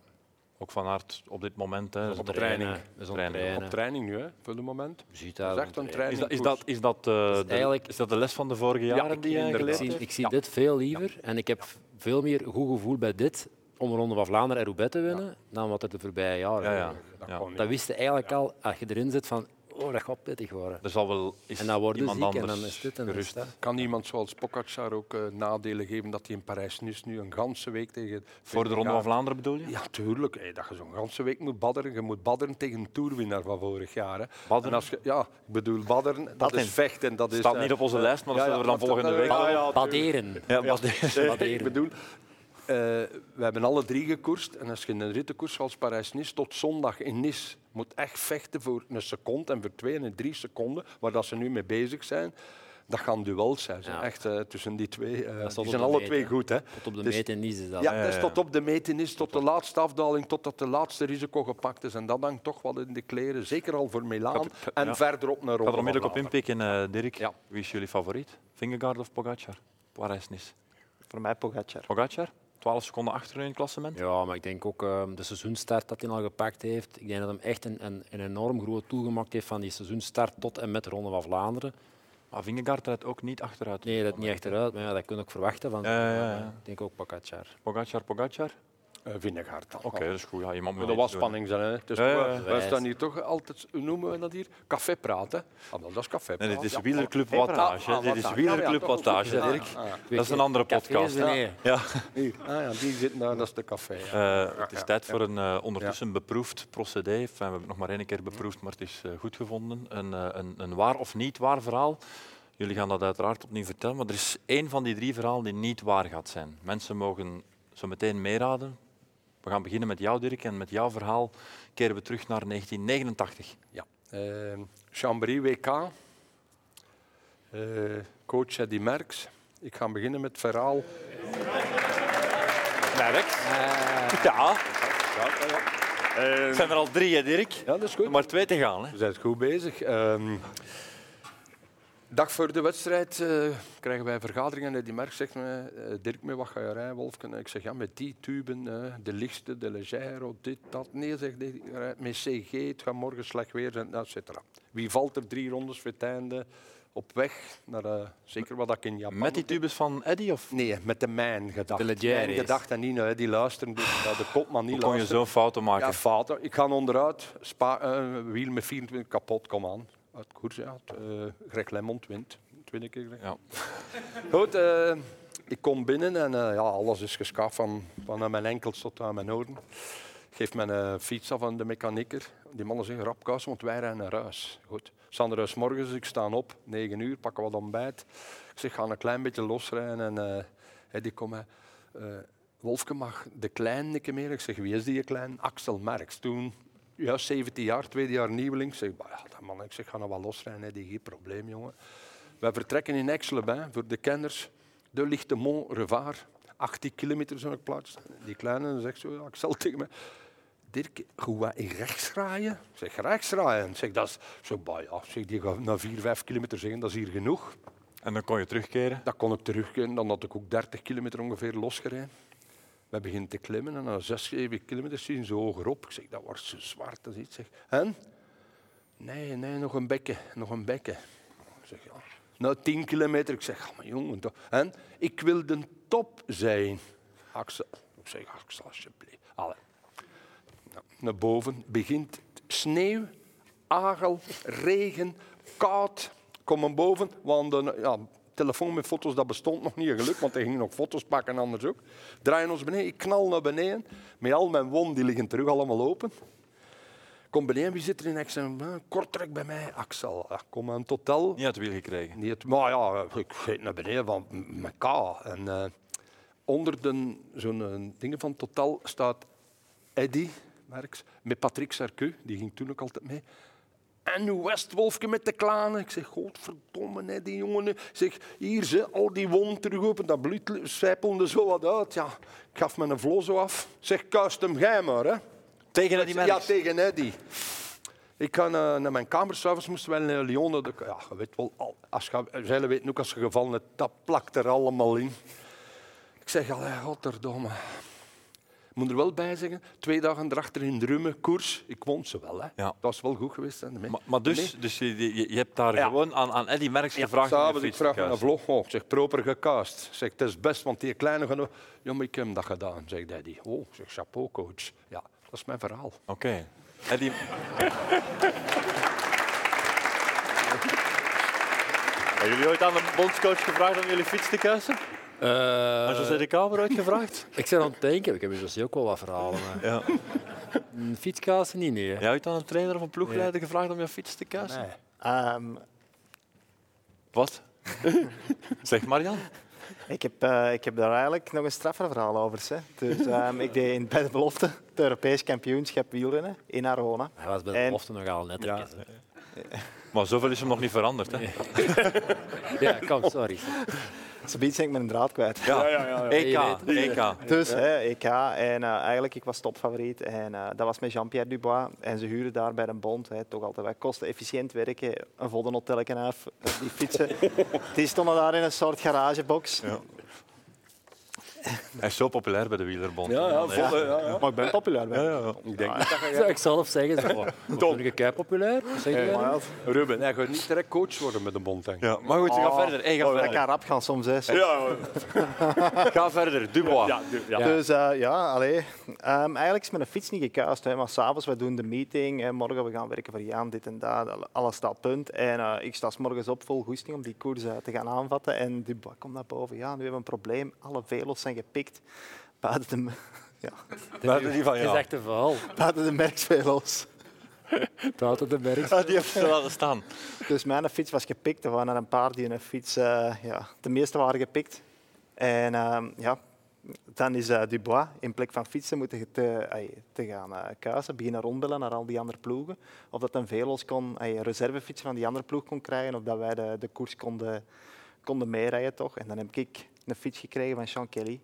A: Ook Van Aard op dit moment. Hè, Dus
B: Op
A: is,
B: training.
A: training.
B: Dat is op
A: Training.
B: training.
D: Op training nu, hè, voor het moment.
B: Je ziet
D: Dat
B: daar
D: is echt een
B: rond-
D: training.
A: dat, is dat, is dat, eh, de,
B: Dus eigenlijk-
A: is dat de les van de vorige jaren
D: ik-
A: die je
D: inderdaad.
B: Ik
A: geleerd
B: zie,
A: hebt?
B: ik zie dit veel liever en ik heb veel meer goed gevoel bij dit om de Ronde van Vlaanderen en Roubaix te winnen dan wat er de voorbije jaren
A: Ja, ja.
B: waren.
A: ja.
D: kon niet.
B: Dat wist je eigenlijk al als je erin zit van oh, dat gaat pittig worden.
A: Er zal wel is
B: En dan word je
A: iemand
B: ziek en
A: anders
B: dan is dit en dat is
A: gerust.
B: dat.
D: Kan iemand zoals Pogacar ook eh, nadelen geven dat hij in Parijs nu, nu een ganse week tegen...
A: Voor de Ronde van Vlaanderen bedoel je?
D: Ja, tuurlijk. hé, dat je zo'n ganse week moet badderen. Je moet badderen tegen een toerwinnaar van vorig jaar. Hè.
A: Badderen?
D: En als je, ja, ik bedoel badderen. Dat,
C: Badderen.
D: is vechten. Dat is,
A: Staat
D: eh,
A: niet op onze lijst, maar dat zullen we dan
D: maar dat- Ah,
A: volgende week
D: ja, ja,
B: Baderen.
A: Ja, was de-
D: Nee,
B: Waarderen.
D: ik bedoel, eh, we hebben alle drie gekoerst. En als je in een rittenkoers zoals Parijs-Nice tot zondag in Nice moet echt vechten voor een seconde en voor twee en drie seconden, waar dat ze nu mee bezig zijn, dat gaan duels zijn.
B: Ja.
D: Echt eh, tussen die twee. eh,
B: tot
D: die
B: op
D: zijn
B: de
D: alle
B: meet,
D: twee
B: hè.
D: goed. Hè.
B: Tot op de
D: Het is-
B: meet in Nice is dat.
D: ja,
B: hè.
D: het is tot op de meet in is, tot de laatste afdaling, totdat de laatste risico gepakt is. En dat hangt toch wel in de kleren, zeker al voor Milaan.
A: Ik had-
D: En
A: ja.
D: verder op naar
A: Ik ga er
D: Rome.
A: onmiddellijk op inpikken, eh, Dirk.
D: Ja.
A: Wie is jullie favoriet? Vingegaard of Pogacar? Parijs-Nice.
C: Voor mij Pogacar.
A: Pogacar, 12 seconden achter in het klassement.
B: Ja, maar ik denk ook ehm, de seizoenstart dat hij al gepakt heeft. Ik denk dat hem echt een, een, een enorm groot tool gemaakt heeft van die seizoenstart tot en met Ronde van Vlaanderen.
A: Maar Vingegaard rijdt ook niet achteruit.
B: Nee, dat niet achteruit, maar ja, dat kun je ook verwachten van. eh,
A: Ja, ja, ja.
B: Ik denk ook Pogacar.
A: Pogacar, Pogacar.
D: Eh, Vingegaard dan.
A: Oké, dat is goed. Ja, iemand moet
D: Maar dat was
A: iets doen, hè.
D: spanning, zijn, hè. Dus
A: Ja, ja, ja.
D: we- Wij staan hier toch altijd, hoe noemen we dat hier? Café praten. Ah, wel, dat is café
A: Nee,
D: praten.
A: dit is
D: Ja.
A: wielerclub
D: Ah,
A: wattage.
D: ah,
A: hè. Dit is
D: wattage. Ja, ja,
A: wielerclub
D: toch, goed,
A: wattage,
D: goed.
A: Dirk.
D: Ah, ah.
A: Dat is een andere podcast.
B: Cafés, nee.
A: Ja.
D: Hier. Ah, ja, die zit daar, dat is de café. ja.
A: Eh, het is
D: ja,
A: tijd voor een eh, ondertussen beproefd procedé. Enfin, we hebben het nog maar één keer
D: Mhm.
A: beproefd, maar het is eh, goed gevonden. Een, eh, een, een waar of niet waar verhaal. Jullie gaan dat uiteraard opnieuw vertellen, maar er is één van die drie verhalen die niet waar gaat zijn. Mensen mogen zo meteen meeraden. We gaan beginnen met jou, Dirk, en met jouw verhaal keren we terug naar 1989.
D: Ja. Eh, Chambry WK. Eh, coach Eddy Merckx. Ik ga beginnen met het verhaal.
A: Merks. Ja,
D: Eh,
A: het zijn er al drie, hè, Dirk.
D: ja, dat is goed.
A: Maar twee te gaan. Hè.
D: We zijn goed bezig. Ehm, dag voor de wedstrijd eh, krijgen wij een vergadering en Eddy Merckx zegt me, eh, Dirk, met wat ga je rijden, Wolfken? Ik zeg, ja, met die tuben, eh, de lichtste, de legero, dit, dat. Nee, zegt hij, ik rijd met CG, het gaat morgen slecht weer zijn, et cetera. Wie valt er drie rondes voor het einde op weg naar, eh, zeker wat ik in Japan...
A: Met die tubes van Eddy? Of
D: Nee, met de mijn gedacht.
B: De Leggero
D: Mijn
B: is.
D: gedacht en niet, nou, hè, die luisteren, dus, dat de kopman niet
A: hoe kon je
D: luisteren.
A: zo'n fouten maken?
D: Ja, fouten. Ik ga onderuit. Spa, eh, wiel met 24 kapot, kom aan. Uit koers, ja. Het, eh, Greg Lemond wint. Twintig keer. Greg.
A: Ja.
D: Goed, eh, ik kom binnen en eh, ja, alles is geschaafd van, van aan mijn enkels tot aan mijn oren. Ik geef mijn eh, fiets af aan de mechanieker. Die mannen zeggen rap kaas, want wij rijden naar huis. Goed. Sander is morgens, ik sta op, 9 uur, pakken wat ontbijt. Ik zeg, ga een klein beetje losrijden. En eh, hè, die komen. eh Wolfke mag de klein nikke meer. Ik zeg, wie is die klein? Axel Merks. Toen, juist 17 jaar, tweede jaar nieuweling. Ik zeg, bah, ja, dat man, ik zeg, ga nou wel losrijden, hè, die geen probleem, jongen. Wij vertrekken in Exleben voor de kenners. De Lichtemont Revaar. 18 kilometer zo'n plaats. Die kleine zegt zo, ja, ik zal tegen me. Dirk, hoe wij in rechts rijden? Ik zeg, rechts rijden. Ik zeg, dat is zo, bah ja. Ik zeg, die gaat na 4, 5 kilometer zeggen, dat is hier genoeg.
A: En dan kon je terugkeren.
D: Dat kon ik terugkeren. Dan had ik ook 30 kilometer ongeveer losgereden. We beginnen te klimmen en na 6, 7 kilometer zien ze hogerop. Ik zeg, dat wordt zo zwart als iets. Zeg. En? Nee, nee, nog een bekken, nog een bekken. Ik zeg, ja. Nou, 10 kilometer. Ik zeg, oh, maar jongen. toch. En? Ik wil de top zijn. Axel. Ik zeg, Axel, alsjeblieft. Allee. Nou, naar boven begint sneeuw, agel, regen, koud. Kom maar boven, want een ja, telefoon met foto's dat bestond nog niet. Geluk, want hij ging nog foto's pakken anders ook. Draaien ons beneden, ik knal naar beneden. Met al mijn won, die liggen terug allemaal open. Kom beneden, wie zit er in? Ik zeg, "Ah, Kortrijk bij mij, Axel. Ah, Kom aan het hotel.
A: Niet uit het wiel gekregen.
D: Niet, maar ja, ik geet naar beneden van elkaar. En eh, onder de- zo'n eh, dingen van Total staat Eddy Merks met Patrick Sarcu, die ging toen ook altijd mee. En uw Westwolfje met de klanen. Ik zeg, godverdomme, hè, die jongen. Ik zeg, hier, ze, al die wond terug op. en Dat bloed sijpelde zo wat uit. Ja, ik gaf me een vlo zo af. Zeg, kuist hem jij maar, hè.
A: Tegen
D: Ik zeg, Ja, tegen Eddy. Ik kan eh, naar mijn kamer, s'avonds moesten wij naar Lyon. dat ik- Ja, je weet wel, al- als je, zij weten ook als je gevallen hebt, dat plakt er allemaal in. Ik zeg, allee, godverdomme. Ik moet er wel bij zeggen, twee dagen erachter in Drummen, koers. Ik won ze wel, hè.
A: Ja.
D: Dat was wel goed geweest. Hè.
A: Maar, maar dus, dus je, je, je hebt daar
D: Ja.
A: gewoon aan, aan Eddy Merckx gevraagd... om je
D: S'avonds, ik
A: fiets te
D: vraag me een
A: kuisen.
D: vlog. Oh, ik zeg, proper gekaast. Ik zeg, het is best, want die kleine... geno- Ja, maar ik heb dat gedaan, zegt Daddy. Oh, ik zeg, chapeau, coach. Ja, dat is mijn verhaal.
A: Oké. Eddy... Hebben jullie ooit aan de bondscoach gevraagd om jullie fiets te kuisen?
B: Eh,
A: Aan José de Kamer ooit gevraagd?
B: ik ben aan het denken, ik heb hier dus ook wel wat verhalen. Maar...
A: Ja.
B: Een fietskaas niet, nee.
A: Heb je ooit aan een trainer of een ploegleider gevraagd om je fiets te kuisen?
C: Ehm,
A: Wat? zeg maar, Jan.
C: ik, heb, eh, ik heb daar eigenlijk nog een straffer verhaal over. Hè. Dus, ehm, ik deed in, bij de belofte het Europees kampioenschap wielrennen in Arona.
B: Hij was bij de
C: En-
B: belofte nogal net. Ja.
A: Maar zoveel is hem nog niet veranderd. Hè?
B: ja, kom, sorry.
C: Zoiets ben ik mijn draad kwijt.
A: E Ja. EK.
B: Je
A: EK.
C: Dus hè, EK en eh, eigenlijk ik was topfavoriet en eh, dat was met Jean-Pierre Dubois en ze huren daar bij een bond, hè, toch altijd wat kosten, efficiënt werken, een volle hotelken af, eh, die fietsen. Die stonden daar in een soort garagebox.
A: Hij is zo populair bij de wielerbond.
D: Ja, ja, volle, ja, ja.
C: Maar ik ben populair.
A: Ja,
C: ben ik.
A: ja.
D: Ik denk niet dat je...
B: Zou ik zelf zeggen. Zo, wat vind ik kei populair? Wat Zeg jij?
C: Maar ja,
D: Ruben, hij gaat niet direct coach worden met een bontang.
A: Ja, maar goed, ga
C: Oh.
A: verder. Hey, ga
C: oh, dat
A: verder.
C: kan rap gaan soms. Hè.
A: Ja, ga verder, Dubois.
B: Ja.
C: Dus eh, ja, allee. Ehm, eigenlijk is mijn fiets niet gekuist. Hè, maar s'avonds, we doen de meeting. Hè, morgen we gaan werken voor Jaan, dit en dat. al- Alles staat punt. En eh, ik sta 's morgens op vol goesting om die koers eh, te gaan aanvatten. En Dubois komt naar boven. Ja, nu hebben we een probleem. Alle velos zijn gepikt. Buiten de, ja,
D: We hadden die van
B: Het is
D: ja.
B: echt een verhaal.
C: buiten de merksvelos.
B: Buiten de merk.
A: Ja, Ah, die heeft ze laten staan.
C: Dus mijn fiets was gepikt. Er waren er een paar die hun fiets... eh, ja, de meeste waren gepikt. En ehm, ja, dan is eh, Dubois in plek van fietsen moeten te, ai, te gaan eh, kuisen. Beginnen rondbellen naar al die andere ploegen. Of dat een Velos kon, ai, een reservefiets van die andere ploeg kon krijgen. Of dat wij de, de koers konden, konden meerijden. toch. En dan heb ik een fiets gekregen van Sean Kelly.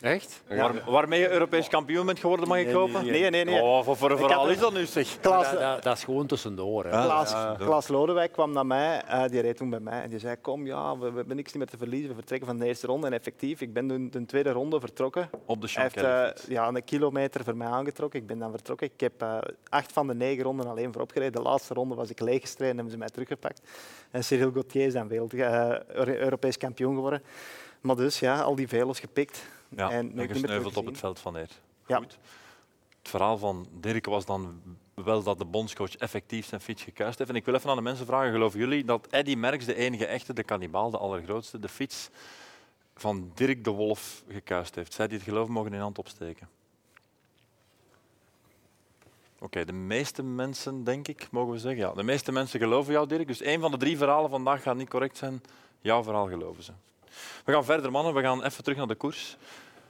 B: Echt?
A: Waar- waarmee je Europees kampioen bent geworden, mag ik hopen?
C: nee, nee, nee.
A: Oh, wat voor een
C: Ik had
A: verhaal
C: er-
A: is dat nu, zeg?
C: Klaas,
B: Dat, dat, dat is gewoon tussendoor. Hè.
C: Klaas, Klaas Lodewijk kwam naar mij, eh, die reed toen bij mij en die zei: Kom, ja, we, we hebben niks meer te verliezen, we vertrekken van de eerste ronde. En effectief, ik ben toen de tweede ronde vertrokken.
A: Op de
C: Hij heeft
A: Champions
C: eh, ja, een kilometer voor mij aangetrokken, ik ben dan vertrokken. Ik heb eh, acht van de negen ronden alleen voorop gereden. De laatste ronde was ik leeggestreden en hebben ze mij teruggepakt. En Cyril Gauthier is dan wereld, eh, Euro- Europees kampioen geworden. Maar dus, ja, al die velos gepikt.
A: Ja,
C: en nooit
A: en
C: meer
A: gesneuveld op
C: teruggezien.
A: het veld van Eer.
C: Ja.
A: Goed. Het verhaal van Dirk was dan wel dat de bondscoach effectief zijn fiets gekuist heeft. En ik wil even aan de mensen vragen, geloven jullie dat Eddy Merckx, de enige echte, de kannibaal, de allergrootste, de fiets van Dirk de Wolf gekuist heeft? Zij die het geloven mogen in hand opsteken. Oké, de meeste mensen, denk ik, mogen we zeggen. Ja, de meeste mensen geloven jou, Dirk. Dus één van de drie verhalen vandaag gaat niet correct zijn. Jouw verhaal geloven ze. We gaan verder, mannen. We gaan even terug naar de koers.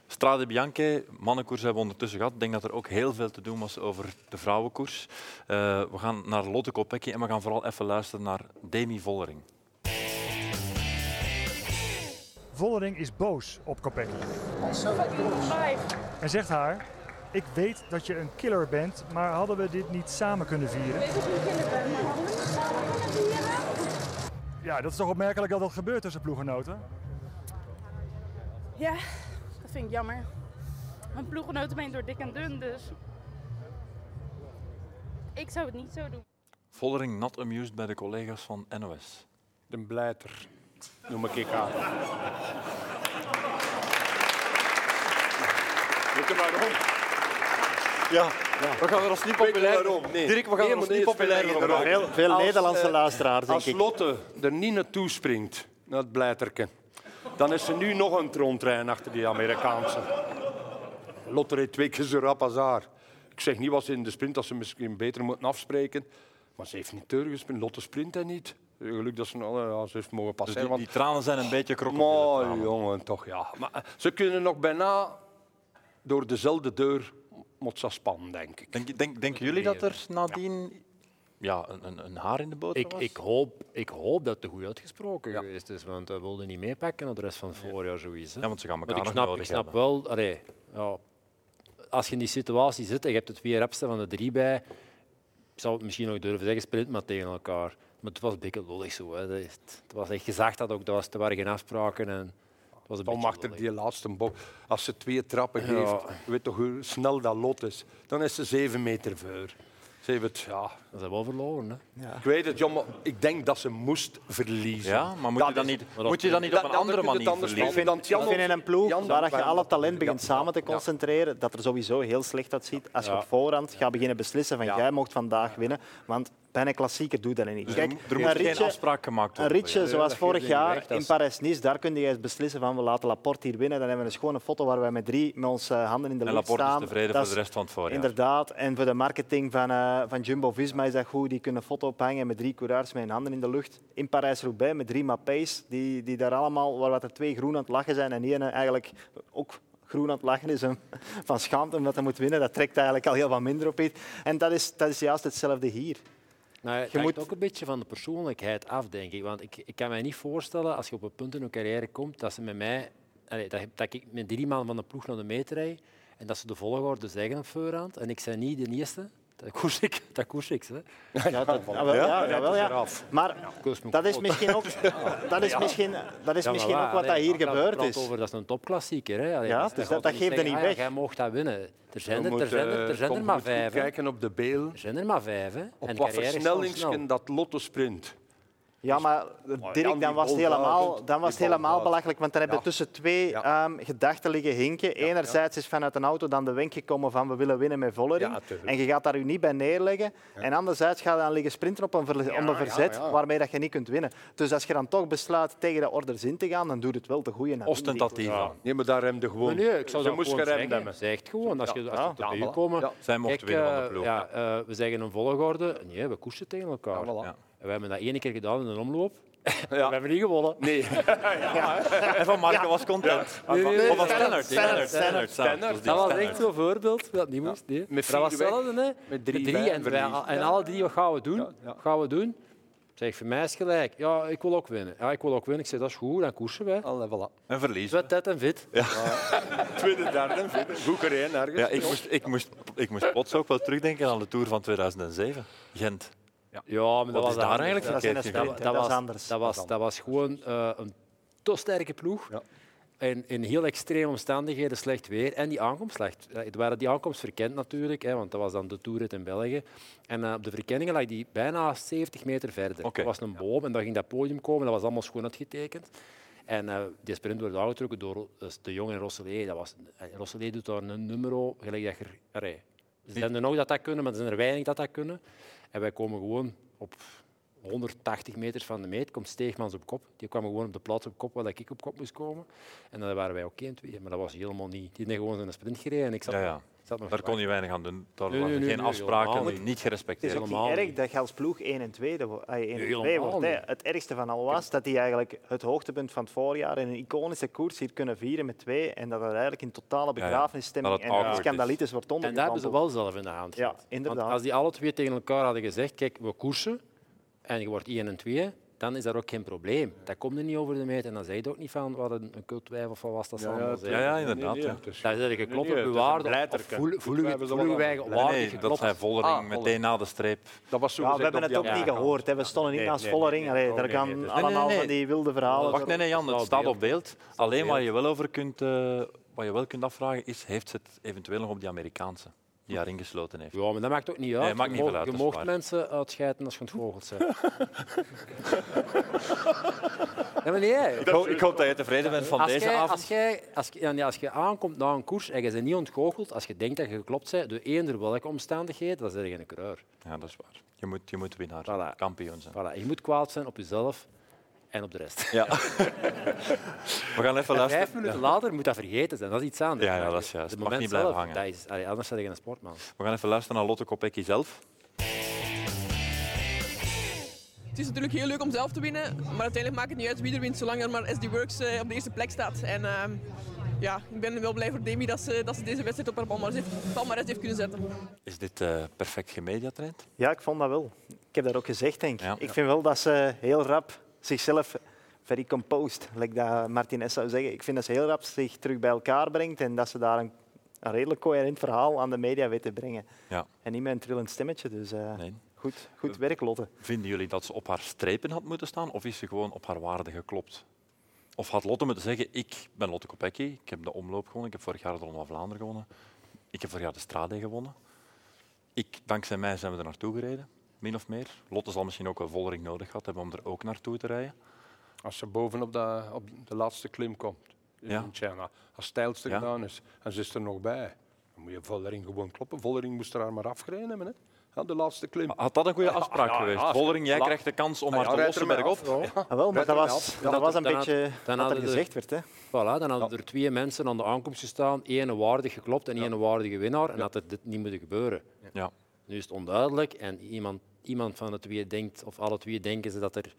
A: Strade Bianche, mannenkoers hebben we ondertussen gehad. Ik denk dat er ook heel veel te doen was over de vrouwenkoers. Eh, we gaan naar Lotte Kopecky en we gaan vooral even luisteren naar Demi Vollering.
G: Vollering is boos op Kopecky. En zegt haar, ik weet dat je een killer bent, maar hadden we dit niet samen kunnen vieren? Ja, dat is toch opmerkelijk dat dat gebeurt tussen ploegenoten?
H: Ja, dat vind ik jammer. Mijn ploeggenoten ben door dik en dun, dus ik zou het niet zo doen.
A: Vollering not amused bij de collega's van NOS.
D: De blijter, noem ik ik aan. Weet je waarom?
A: Ja, we gaan er ons niet populair
D: waarom? Nee.
A: Dirk, we gaan er
D: Nee,
A: ons
D: maar
A: niet
D: nee,
A: populair
D: speel
A: over
D: je
A: maken.
C: Heel veel
D: Als,
C: Nederlandse
D: eh,
C: luisteraars, denk
D: Als
C: ik.
D: Lotte er niet naartoe springt, naar het blijterken, dan is er nu nog een trontrein achter die Amerikaanse. Lotte reed twee keer zo rap als haar. Ik zeg niet wat ze in de sprint, dat ze misschien beter moeten afspreken. Maar ze heeft niet teruggespint. Lotte sprint en niet. Gelukkig dat ze, nou, ja, ze heeft mogen
A: Dus
D: passeren.
A: die,
D: want-
A: die tranen zijn een beetje
D: maar
A: krokodillentranen.
D: jongen, toch ja. Maar eh, ze kunnen nog bijna door dezelfde deur motsa spannen, denk ik.
A: Denk, denk, denken jullie dat er nadien ja, een, een, een haar in de boter
B: Ik,
A: was?
B: ik, hoop, ik hoop dat het goed uitgesproken
D: Ja.
B: geweest is, want we wilden niet meepakken naar de rest van het voorjaar sowieso.
A: Ja, want ze gaan elkaar
B: Maar ik
A: nog
B: snap,
A: nodig
B: ik snap
A: hebben.
B: wel, allee, ja, als je in die situatie zit en je hebt het vier rapste van de drie bij, ik zou het misschien nog durven zeggen, speel het maar tegen elkaar. Maar het was een beetje lullig zo. Hè. Dat is- Het was echt gezegd dat ook, dat was, er waren geen afspraken. En het was een
D: Dan
B: beetje
D: mag er
B: lullig.
D: die laatste bocht. Als ze twee trappen
B: Ja.
D: geeft, weet toch hoe snel dat lot is. Dan is ze zeven meter voor. Ze heeft het, ja.
B: Dat zijn we wel verloren. Hè.
D: Ik weet het, John, maar ik denk dat ze moest verliezen.
A: Ja, maar moet je dan
D: is-
A: niet, moet je dan niet op een
D: dat- dat
A: andere
D: kun je het
A: manier
D: anders
A: verliezen?
D: doen dan
C: Ik
D: Jan
C: vind in
D: ons-
C: een ploeg
D: Jan
C: waar je
D: Zandberg.
C: alle talent begint
D: Ja.
C: samen te
D: Ja.
C: concentreren, dat er sowieso heel slecht uitziet als je
B: Ja.
C: op voorhand gaat beginnen beslissen van
B: Ja.
C: jij mocht vandaag winnen. Want bij een klassieker doe dat niet. Kijk,
A: Dus er
C: een
A: moet geen
C: ritje,
A: afspraak gemaakt
C: een
A: worden.
C: ritje
A: ja.
C: zoals
B: dat
C: vorig
B: geeft niet
C: jaar
B: weg, dat
C: in
B: is-
C: Parijs-Nice, daar kun je eens beslissen van we laten Laporte hier winnen. Dan hebben we een schone foto waar wij met drie met onze handen in de
A: En
C: lucht
A: Laporte is
C: staan.
A: tevreden
C: Dat
A: voor de rest van het voorjaar.
C: Inderdaad, en voor de marketing van, eh, van Jumbo-Visma is dat goed. Die kunnen foto ophangen met drie coureurs met hun handen in de lucht. In Parijs-Roubaix met drie Mappees, die, die daar allemaal, waar wat er twee groen aan het lachen zijn en die ene eigenlijk ook groen aan het lachen is en van schaamte omdat hij moet winnen. Dat trekt eigenlijk al heel wat minder op iets. En dat is, dat is juist hetzelfde hier.
B: Nou, het hangt
C: moet-
B: ook een beetje van de persoonlijkheid af, denk ik. Want ik, ik kan mij niet voorstellen, als je op een punt in een carrière komt, dat ze met mij, allee, dat, dat ik met drie maanden van de ploeg naar de meet rijd en dat ze de volgorde zeggen op voorhand en ik ben niet de eerste. Dat koers ik. Dat koers ik. Hè.
C: Ja, dat, ah, wel, ja, dat wel, ja. Maar
B: Koers me
C: dat is
B: kapot.
C: misschien ook, dat is misschien, dat is
B: Ja, maar
C: misschien
B: waar,
C: ook wat dat
B: allee,
C: hier
B: maar praat-
C: gebeurd
B: praat
C: is.
B: Over, dat is een topklassieker. Hè? Allee,
C: Ja,
B: dus
C: dus
B: dan
C: dat-
B: gaat
C: dat
B: je
C: geeft
B: niet
C: dat
B: zeggen, ah,
C: niet weg. eh,
B: Jij mocht dat winnen. Er
D: We
B: zijn er, er,
D: moeten,
B: zijn er, er, zijn
D: Tom,
B: er
D: goed
B: maar vijf. hè.
D: Kijken op de beel.
B: Er zijn er maar vijf. Hè?
D: Op
B: en
D: wat
B: carrière is zo
D: versnellingsken
B: snel.
D: dat Lotto sprint.
C: Ja, maar
D: Dus Jan,
C: Dirk,
D: die
C: dan was het
D: bal
C: helemaal,
D: buiten,
C: dan was het
D: die bal
C: helemaal
D: buiten.
C: belachelijk. Want dan hebben we tussen twee
D: Ja.
C: ehm, gedachten liggen hinken. Enerzijds is vanuit een auto dan de wenk gekomen van we willen winnen met volle ring.
D: Ja, tuurlijk.
C: en je gaat daar u niet bij neerleggen. En anderzijds ga je dan liggen sprinten op een, verle- om een verzet waarmee dat je niet kunt winnen. Dus als je dan toch besluit tegen de orders in te gaan, dan doet het wel de goede natuur.
A: Ostentatief aan.
D: Nee, maar daar remde gewoon.
B: Maar nee, ik zou
D: Ze
B: dat
D: moest
B: gewoon
D: geremd
B: zeggen.
D: hebben.
B: Zegt gewoon, als je, als je tot
D: ja,
B: bij u
D: voilà.
B: komen...
D: Ja.
A: Zij mocht
B: Kijk,
A: winnen van de
B: eh,
A: ploeg.
B: Ja, eh, we zeggen een volgorde. Nee, we koersen tegen elkaar.
D: voilà.
A: Ja.
B: En we hebben dat één keer gedaan in een omloop.
D: Ja.
B: We hebben niet gewonnen.
D: Nee,
A: En Van Marken was content.
B: Nee, nee, nee.
A: Of van Stennert.
C: Stennert,
A: Stennert. Stennert.
D: Stennert.
A: Dat is die
B: Dat was
A: Stennert.
B: echt zo'n voorbeeld dat niet moest. Nee. Maar
D: vier
B: dat was
D: weg,
B: hetzelfde, hè?
D: met drie
B: Drie
D: bij
B: en, wij-
D: verliezen.
B: en alle drie, wat gaan we doen?
D: Ja, ja.
B: Wat gaan we doen? Zeg, voor mij is het gelijk. Ja, ik wil ook winnen. Ja, ik wil ook winnen. Ik zeg, dat is goed, dan koersen wij.
D: Allee, voilà.
A: Een verlies.
B: Zwet, tijd en fit.
D: Tweede, derde, vierde. Goed gereden ergens.
A: Ja, ik, moest, ik, moest, ik moest plots ook wel terugdenken aan de Tour van 2007. Gent.
B: Ja, maar dat
A: Wat is
B: was
A: daar
B: anders.
A: eigenlijk
C: Dat is in een
A: verkeerd gegaan?
C: sprint, hè. dat is anders.
B: Dat was, dat was gewoon eh, een te sterke ploeg.
D: Ja.
B: En in heel extreme omstandigheden slecht weer. En die aankomst slecht. Eh, Het waren die aankomst verkend natuurlijk, hè, want dat was dan de Tourrit in België. En eh, op de verkenningen lag die bijna 70 meter verder.
A: Oké.
B: Er was een boom en daar ging dat podium komen. Dat was allemaal schoon uitgetekend. En eh, die sprint werd aangetrokken door eh, De Jong en Rosselé. Dat was, en Rosselé doet daar een numero gelijk dat je... er- Allee, er zijn er nog dat dat kunnen, maar er zijn er weinig dat dat kunnen. En wij komen gewoon op 180 meters van de meet komt Steegmans op kop. Die kwam gewoon op de plaats op kop waar ik op kop moest komen. En dan waren wij ook één twee. Maar dat was helemaal niet. Die had gewoon zijn sprint gereden en ik zat,
A: Ja, ja.
B: nog- ik zat nog
A: Daar kon je weinig aan doen. Daar
B: Nee,
A: waren
B: nee, nee,
A: geen
B: nee,
A: afspraken,
B: helemaal
A: die niet
C: Het is
A: gerespecteerd.
C: ook
B: Helemaal
C: niet erg
B: niet.
C: dat Gels ploeg 1 en 2 wordt. Ah, 1 en
B: Helemaal
C: 2 wordt hè.
B: niet.
C: Het ergste van al was dat hij eigenlijk het hoogtepunt van het voorjaar in een iconische koers hier kunnen vieren met 2 en dat het eigenlijk in totale
A: ja.
C: begrafenisstemming
A: Dat het awkward
C: en
A: is.
C: scandalitis wordt
B: En daar hebben ze
C: ondergebracht.
B: wel zelf in de hand.
C: Ja,
B: gehad.
C: inderdaad.
B: Want als die alle twee tegen elkaar hadden gezegd, kijk, we koersen en je wordt 1 en 2, dan is daar ook geen probleem. Dat komt er niet over de meet en dan zei je het ook niet van wat een, een cultwijf of wat was dat ze allemaal
A: Ja,
B: zeiden.
A: ja, inderdaad. ja.
B: Daar zijn geklopt op
D: Nee, nee, het is een
B: bewaarde. of
D: blijterke.
B: Voelen
D: Wij
B: voelen-
D: hebben ze
B: voelen
D: wel
B: wij
A: Nee,
B: waardig
A: nee, dat
B: geklopt?
A: zijn Vollering
D: Ah,
A: meteen na de streep.
D: Dat was zo
C: Ja, we
D: gezegd
C: hebben
D: op
C: het ook
D: die
C: niet
D: aankomst.
C: gehoord. hè. We stonden niet
D: Nee,
C: naast
D: nee,
C: Vollering.
D: nee,
C: Allee,
D: nee,
C: daar
D: nee,
C: gaan
D: nee, nee.
A: Nee,
C: allemaal
A: nee,
C: van die wilde verhalen.
A: Wacht, nee, nee, Jan,
B: dat
A: het
B: is
A: staat
B: beeld.
A: op beeld. Alleen waar je wel over kunt, eh, wat je wel kunt afvragen is, heeft ze het eventueel nog op die Amerikaanse die haar ingesloten heeft?
B: Ja, maar dat maakt ook niet uit.
A: Nee, maakt
B: Je
A: niet
B: moog-
A: veel uit,
B: Je
A: dat is
B: mocht
A: waar.
B: mensen uitscheiden als je ontgoocheld bent. nee, maar nee.
A: Ik hoop, ik hoop dat je tevreden bent van
B: Als
A: deze
B: jij,
A: avond.
B: als, jij, als, je- ja, nee, als je aankomt na een koers en je bent niet ontgoocheld, als je denkt dat je geklopt bent door eender welke omstandigheden, dan ben je een coureur.
A: Ja, dat is waar. Je moet, je moet winnaar,
B: Voilà.
A: kampioen zijn.
B: Voilà. Je moet kwaad zijn op jezelf en op de rest.
A: Ja. We gaan even
B: En
A: luisteren.
B: vijf minuten later moet dat vergeten zijn. Dat is iets anders.
A: Ja, ja, dat is juist.
B: Het
A: Mag
B: moment
A: niet blijven
B: zelf,
A: hangen.
B: dat is, allee, anders ben je geen sportman.
A: We gaan even luisteren naar Lotte Kopecky zelf.
I: Het is natuurlijk heel leuk om zelf te winnen, maar uiteindelijk maakt het niet uit wie er wint, zolang er maar SD Works eh, op de eerste plek staat. En ehm, ja, ik ben wel blij voor Demi dat ze, dat ze deze wedstrijd op haar palmarès heeft, palmarès heeft kunnen zetten.
A: Is dit eh, perfect gemediatraind?
C: Ja, ik vond dat wel. Ik heb dat ook gezegd, denk ik.
A: Ja.
C: Ik vind wel dat ze heel rap zichzelf very composed, like dat Martinez zou zeggen. Ik vind dat ze heel rap zich terug bij elkaar brengt en dat ze daar een, een redelijk coherent verhaal aan de media weet te brengen.
A: Ja.
C: En niet met een trillend stemmetje. Dus eh,
A: Nee.
C: goed, goed werk, Lotte.
A: Vinden jullie dat ze op haar strepen had moeten staan of is ze gewoon op haar waarde geklopt? Of had Lotte moeten zeggen, ik ben Lotte Kopecky, ik heb de omloop gewonnen, ik heb vorig jaar de Ronde van Vlaanderen gewonnen, ik heb vorig jaar de Strade gewonnen. Ik, dankzij mij zijn we er naartoe gereden, min of meer. Lotte zal misschien ook wel Vollering nodig gehad hebben om er ook naartoe te rijden.
D: Als ze bovenop de, op de laatste klim komt in
A: Ja.
D: China, als het stijlste
A: Ja.
D: gedaan is en ze is er nog bij, dan moet je Vollering gewoon kloppen. Vollering moest er haar maar afgereden hebben. Hè. Ja, de laatste klim.
A: Had dat een goede afspraak
D: ja, ja.
A: geweest? Vollering, jij
D: La-
A: krijgt de kans om
D: Ja,
A: haar te
D: rijd
A: lossen
D: ermee
A: bergop.
D: af. Ja.
C: Ah, wel, maar dat
D: Net
C: was,
D: ermee
C: dat
B: had-
C: was een
B: dan had-
C: beetje
B: dan
C: wat er
B: hadden de-
C: gezegd werd. Hè.
B: Voilà, dan hadden er twee mensen aan de aankomst gestaan. Eén waardig geklopt en één waardige winnaar. En had het dit niet moeten gebeuren.
A: Ja.
B: Nu is het onduidelijk en iemand, iemand van de twee denkt, of alle twee denken ze dat er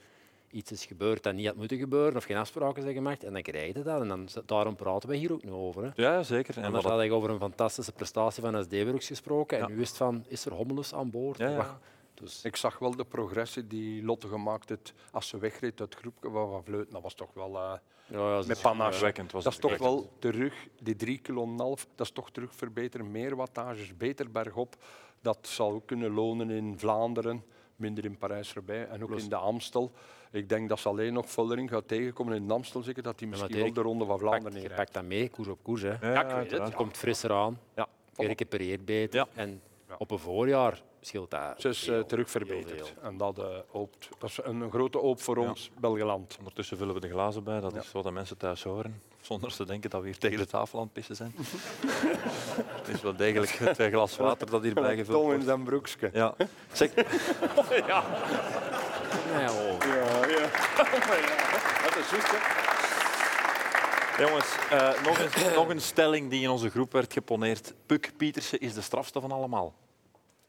B: iets is gebeurd dat niet had moeten gebeuren of geen afspraken zijn gemaakt. En dan krijg je dat. En dan, daarom praten we hier ook nu over. Hè.
A: ja, zeker. En wat
B: Anders
A: dat-
B: had ik over een fantastische prestatie van SD-Works gesproken. En
A: Ja.
B: nu is het van, is er hommelus aan boord?
A: Ja, ja.
B: Wat, Dus
D: Ik zag wel de progressie die Lotte gemaakt heeft als ze wegreed uit het groepje van Van Vleuten. Dat was toch wel... eh,
B: ja, ja, ze-
D: met panache.
A: Wekkend was
D: dat is
A: het.
D: toch wel terug, die drie kilo en een half, dat is toch terug verbeteren. Meer wattages, beter bergop. Dat zal ook kunnen lonen in Vlaanderen, minder in Parijs-Roubaix en ook
B: Plus-
D: in de Amstel. Ik denk dat ze alleen nog Vullering gaat tegenkomen in de Amstel zeker, dat hij
B: maar
D: misschien wel
B: Dirk,
D: de Ronde van
B: pakt-
D: Vlaanderen
B: je
D: neerrijdt.
B: pakt dat mee, koers op koers. Hè.
D: Ja, ik weet het.
A: uiteraard.
B: Het komt frisser aan,
D: Ja,
B: je
D: voilà.
B: recupereert beter.
A: Ja.
B: En
D: Ja.
B: op een voorjaar scheelt dat
D: Ze is eh,
B: veel,
D: terug
B: heel
D: verbeterd.
B: veel.
D: En dat, eh, hoopt, dat is een, een grote hoop voor
A: Ja.
D: ons, Belgeland.
A: Ondertussen vullen we de glazen bij. Dat
D: Ja.
A: is wat de mensen thuis horen. Zonder ze denken dat we hier tegen de tafel aan het pissen zijn. het is wel degelijk het eh, glas water dat hierbij gevuld
D: Tom in
A: wordt.
D: zijn broekje.
A: Ja. Zeg,
B: Ja, oh.
D: Ja, ja. Dat is juist, hè.
A: jongens, eh, nog, een, nog een stelling die in onze groep werd geponeerd. Puk Pietersen is de strafste van allemaal.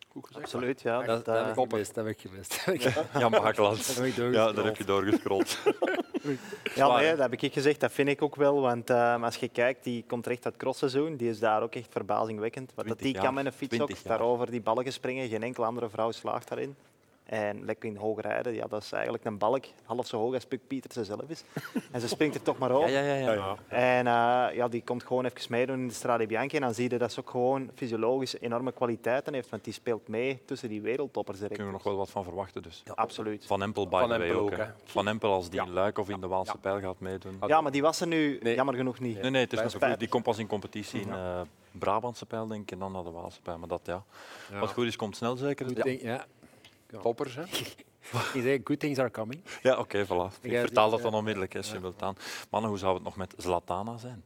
D: Goed gezegd.
C: Absoluut, ja.
B: Dat, dat heb ik
C: eh,
B: gemist, dat heb ik gemist. Dat heb ik-
A: Jan
B: dat
A: Bakeland.
B: heb ik
A: Ja, daar
B: doorgescrollt.
A: heb je doorgescrollt.
C: Ja, maar
A: Zwaar,
C: ja,
A: hè?
C: dat heb ik gezegd. Dat vind ik ook wel. Want eh, als je kijkt, die komt recht uit crossseizoen. Die is daar ook echt verbazingwekkend. Wat dat
A: 20
C: die
A: jaar.
C: kan met een fiets
A: 20
C: ook,
A: jaar.
C: daarover die balken springen. Geen enkele andere vrouw slaagt daarin. En lekker in hoog rijden, ja, dat is eigenlijk een balk half zo hoog als Puk Pietersen zelf is. En ze springt er toch maar
A: Ja,
C: over.
A: ja, ja. ja. ja.
C: En eh, ja, die komt gewoon even meedoen in de Strade Bianchi. En dan zie je dat ze ook gewoon fysiologisch enorme kwaliteiten heeft. Want die speelt mee tussen die wereldtoppers direct.
A: Kunnen we nog wel wat van verwachten dus.
C: Absoluut.
A: Van Empel, by
D: Van
A: the way,
D: Empel
A: ook.
D: ook,
A: hè.
D: hè.
A: Van Empel als die in Luik of in de Waalse Pijl gaat meedoen.
C: Ja, maar die was er nu
D: Nee.
C: jammer genoeg niet.
A: Nee, nee, het is nog
C: Spijt.
A: goed. Die komt pas in competitie in eh Brabantse pijl, denk ik, en dan naar de Waalse pijl. Maar dat, ja.
B: Ja.
A: Wat goed is, komt snel zeker.
B: Good
A: Ja,
B: thing- ja.
D: Poppers, hè.
B: Je zei, good things are coming.
A: ja oké, voilà. Ik
B: Ja,
A: vertaal
B: dit,
A: dat dan
B: ja.
A: onmiddellijk, hè, simultaan. Mannen, hoe zou het nog met Zlatana zijn?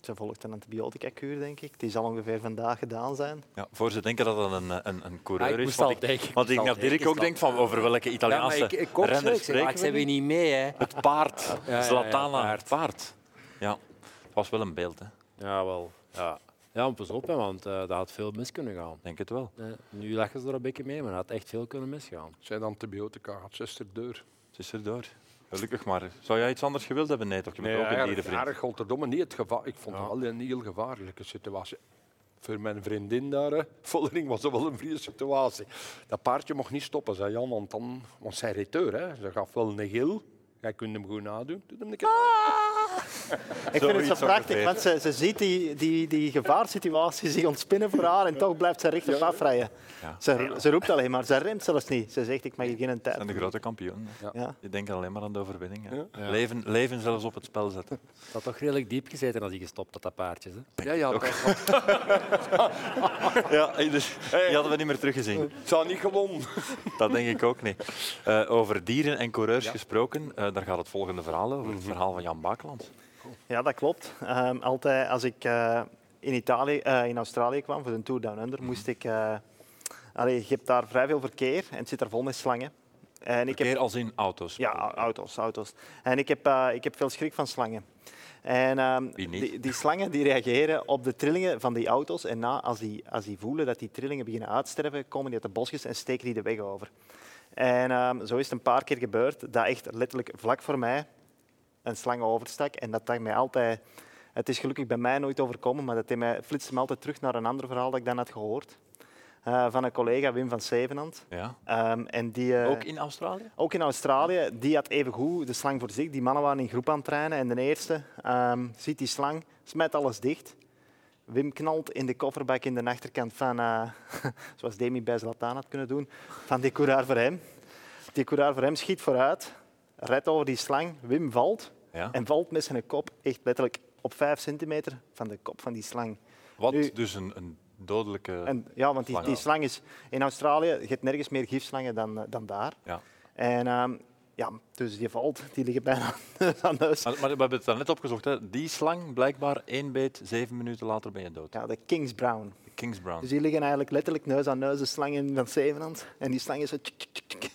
C: Ze volgt een antibiotica-kuur, denk ik. Die zal ongeveer vandaag gedaan zijn.
A: Ja, voor ze denken dat dat een, eh, een, een
B: Ah,
A: coureur
B: ik
A: is.
B: moest
A: Want
B: al
A: ik,
B: denken.
A: want ik
B: moest
A: naar
B: al
A: Dirk
B: denken.
A: ook denk van over welke
B: Ja, maar
A: Italiaanse
B: ik, ik ook zo.
A: renner
B: Ik zeg,
A: spreken
B: maar ik
A: we
B: zei
A: nu?
B: weer niet mee, hè.
A: Het paard.
B: ja, ja,
A: Zlatana,
B: paard.
A: het paard. Ja, het was wel een beeld, hè.
B: Ja, wel. Ja, ja maar pas op, hè, want eh dat had veel mis kunnen gaan.
A: denk het wel.
B: Eh, nu lachen ze er een beetje mee, maar dat had echt veel kunnen misgaan.
D: Zijn antibiotica, gaat zester deur.
A: Het is erdoor. Gelukkig maar. Zou jij iets anders gewild hebben? Nee, toch? Je bent ook een
D: erg,
A: dierenvriend.
D: erg godverdomme, niet het gevaar. Ik vond het wel een heel gevaarlijke situatie. Voor mijn vriendin daar, hè, Vollering, was dat wel een vrije situatie. Dat paardje mocht niet stoppen, zei Jan, want, dan, want zij reteur, hè. Ze gaf wel een gil. Jij kunt hem goed nadoen. Doe hem een keer.
A: Ah!
C: Ik vind het
A: Zoiets
C: zo prachtig,
A: ongeveer.
C: want ze, ze ziet die, die, die gevaarsituatie zich ontspinnen voor haar en toch blijft ze recht op afrijden.
A: Ja.
C: Ze, ze roept alleen maar, ze remt zelfs niet. Ze zegt, ik mag hier geen tijd.
A: En de grote kampioen. hè.
C: voor. Ja.
A: Je denkt alleen maar aan de overwinning. hè. Leven, leven zelfs op het spel zetten.
B: Dat had toch redelijk diep gezeten als hij gestopt had, dat paardje. Hè?
A: Eh,
D: Ja, ja, dat had-
A: Ja, dus die hadden we niet meer teruggezien.
D: het zou niet gewonnen.
A: Dat denk ik ook niet. Eh, over dieren en coureurs gesproken, eh, daar gaat het volgende verhaal over.
C: Mhm.
A: Het verhaal van Jan Bakeland.
C: ja, dat klopt. Ehm, altijd als ik eh, in, Italië, eh, in Australië kwam voor de Tour Down Under,
A: Mhm.
C: moest ik... eh, allee, je hebt daar vrij veel verkeer en het zit daar vol met slangen. En ik heb
A: Keer als in auto's.
C: Ja, au- auto's, auto's. En ik heb, eh, ik heb veel schrik van slangen. En ehm,
A: Wie niet?
C: Die, die slangen die reageren op de trillingen van die auto's. En na, als, die, als die voelen dat die trillingen beginnen uitsterven, komen die uit de bosjes en steken die de weg over. En ehm, zo is het een paar keer gebeurd dat echt letterlijk vlak voor mij een slang overstak. En dat dacht mij altijd... Het is gelukkig bij mij nooit overkomen, maar dat deed mij, flitste me altijd terug naar een ander verhaal dat ik dan had gehoord. eh, van een collega, Wim van Zevenand.
A: Ja.
C: Ehm, en die, eh,
A: Ook in Australië?
C: ook in Australië, die had evengoed de slang voor zich. Die mannen waren in groep aan het trainen. En de eerste ehm, ziet die slang, smet alles dicht. Wim knalt in de kofferbak in de achterkant van, eh, zoals Demi bij Zlatan had kunnen doen, van die coureur voor hem. Die coureur voor hem schiet vooruit, redt over die slang. Wim valt
A: Ja.
C: en valt met zijn kop echt letterlijk op vijf centimeter van de kop van die slang.
A: Wat
C: nu-
A: dus een, een dodelijke...
C: En, ja, want die,
A: Slang
C: die
A: ook.
C: slang is... In Australië, je hebt nergens meer gifslangen dan, eh, dan daar.
A: Ja.
C: En ehm, ja, dus die valt, die liggen bijna aan de neus.
A: Maar, maar we hebben het net opgezocht. Hè. Die slang, blijkbaar één beet, zeven minuten later ben je dood.
C: Ja, de Kings Brown.
A: De Kings Brown.
C: Dus die liggen eigenlijk letterlijk neus aan neus, de slang in van Zevenand. En die slang is zo... tjik, tjik, tjik, tjik.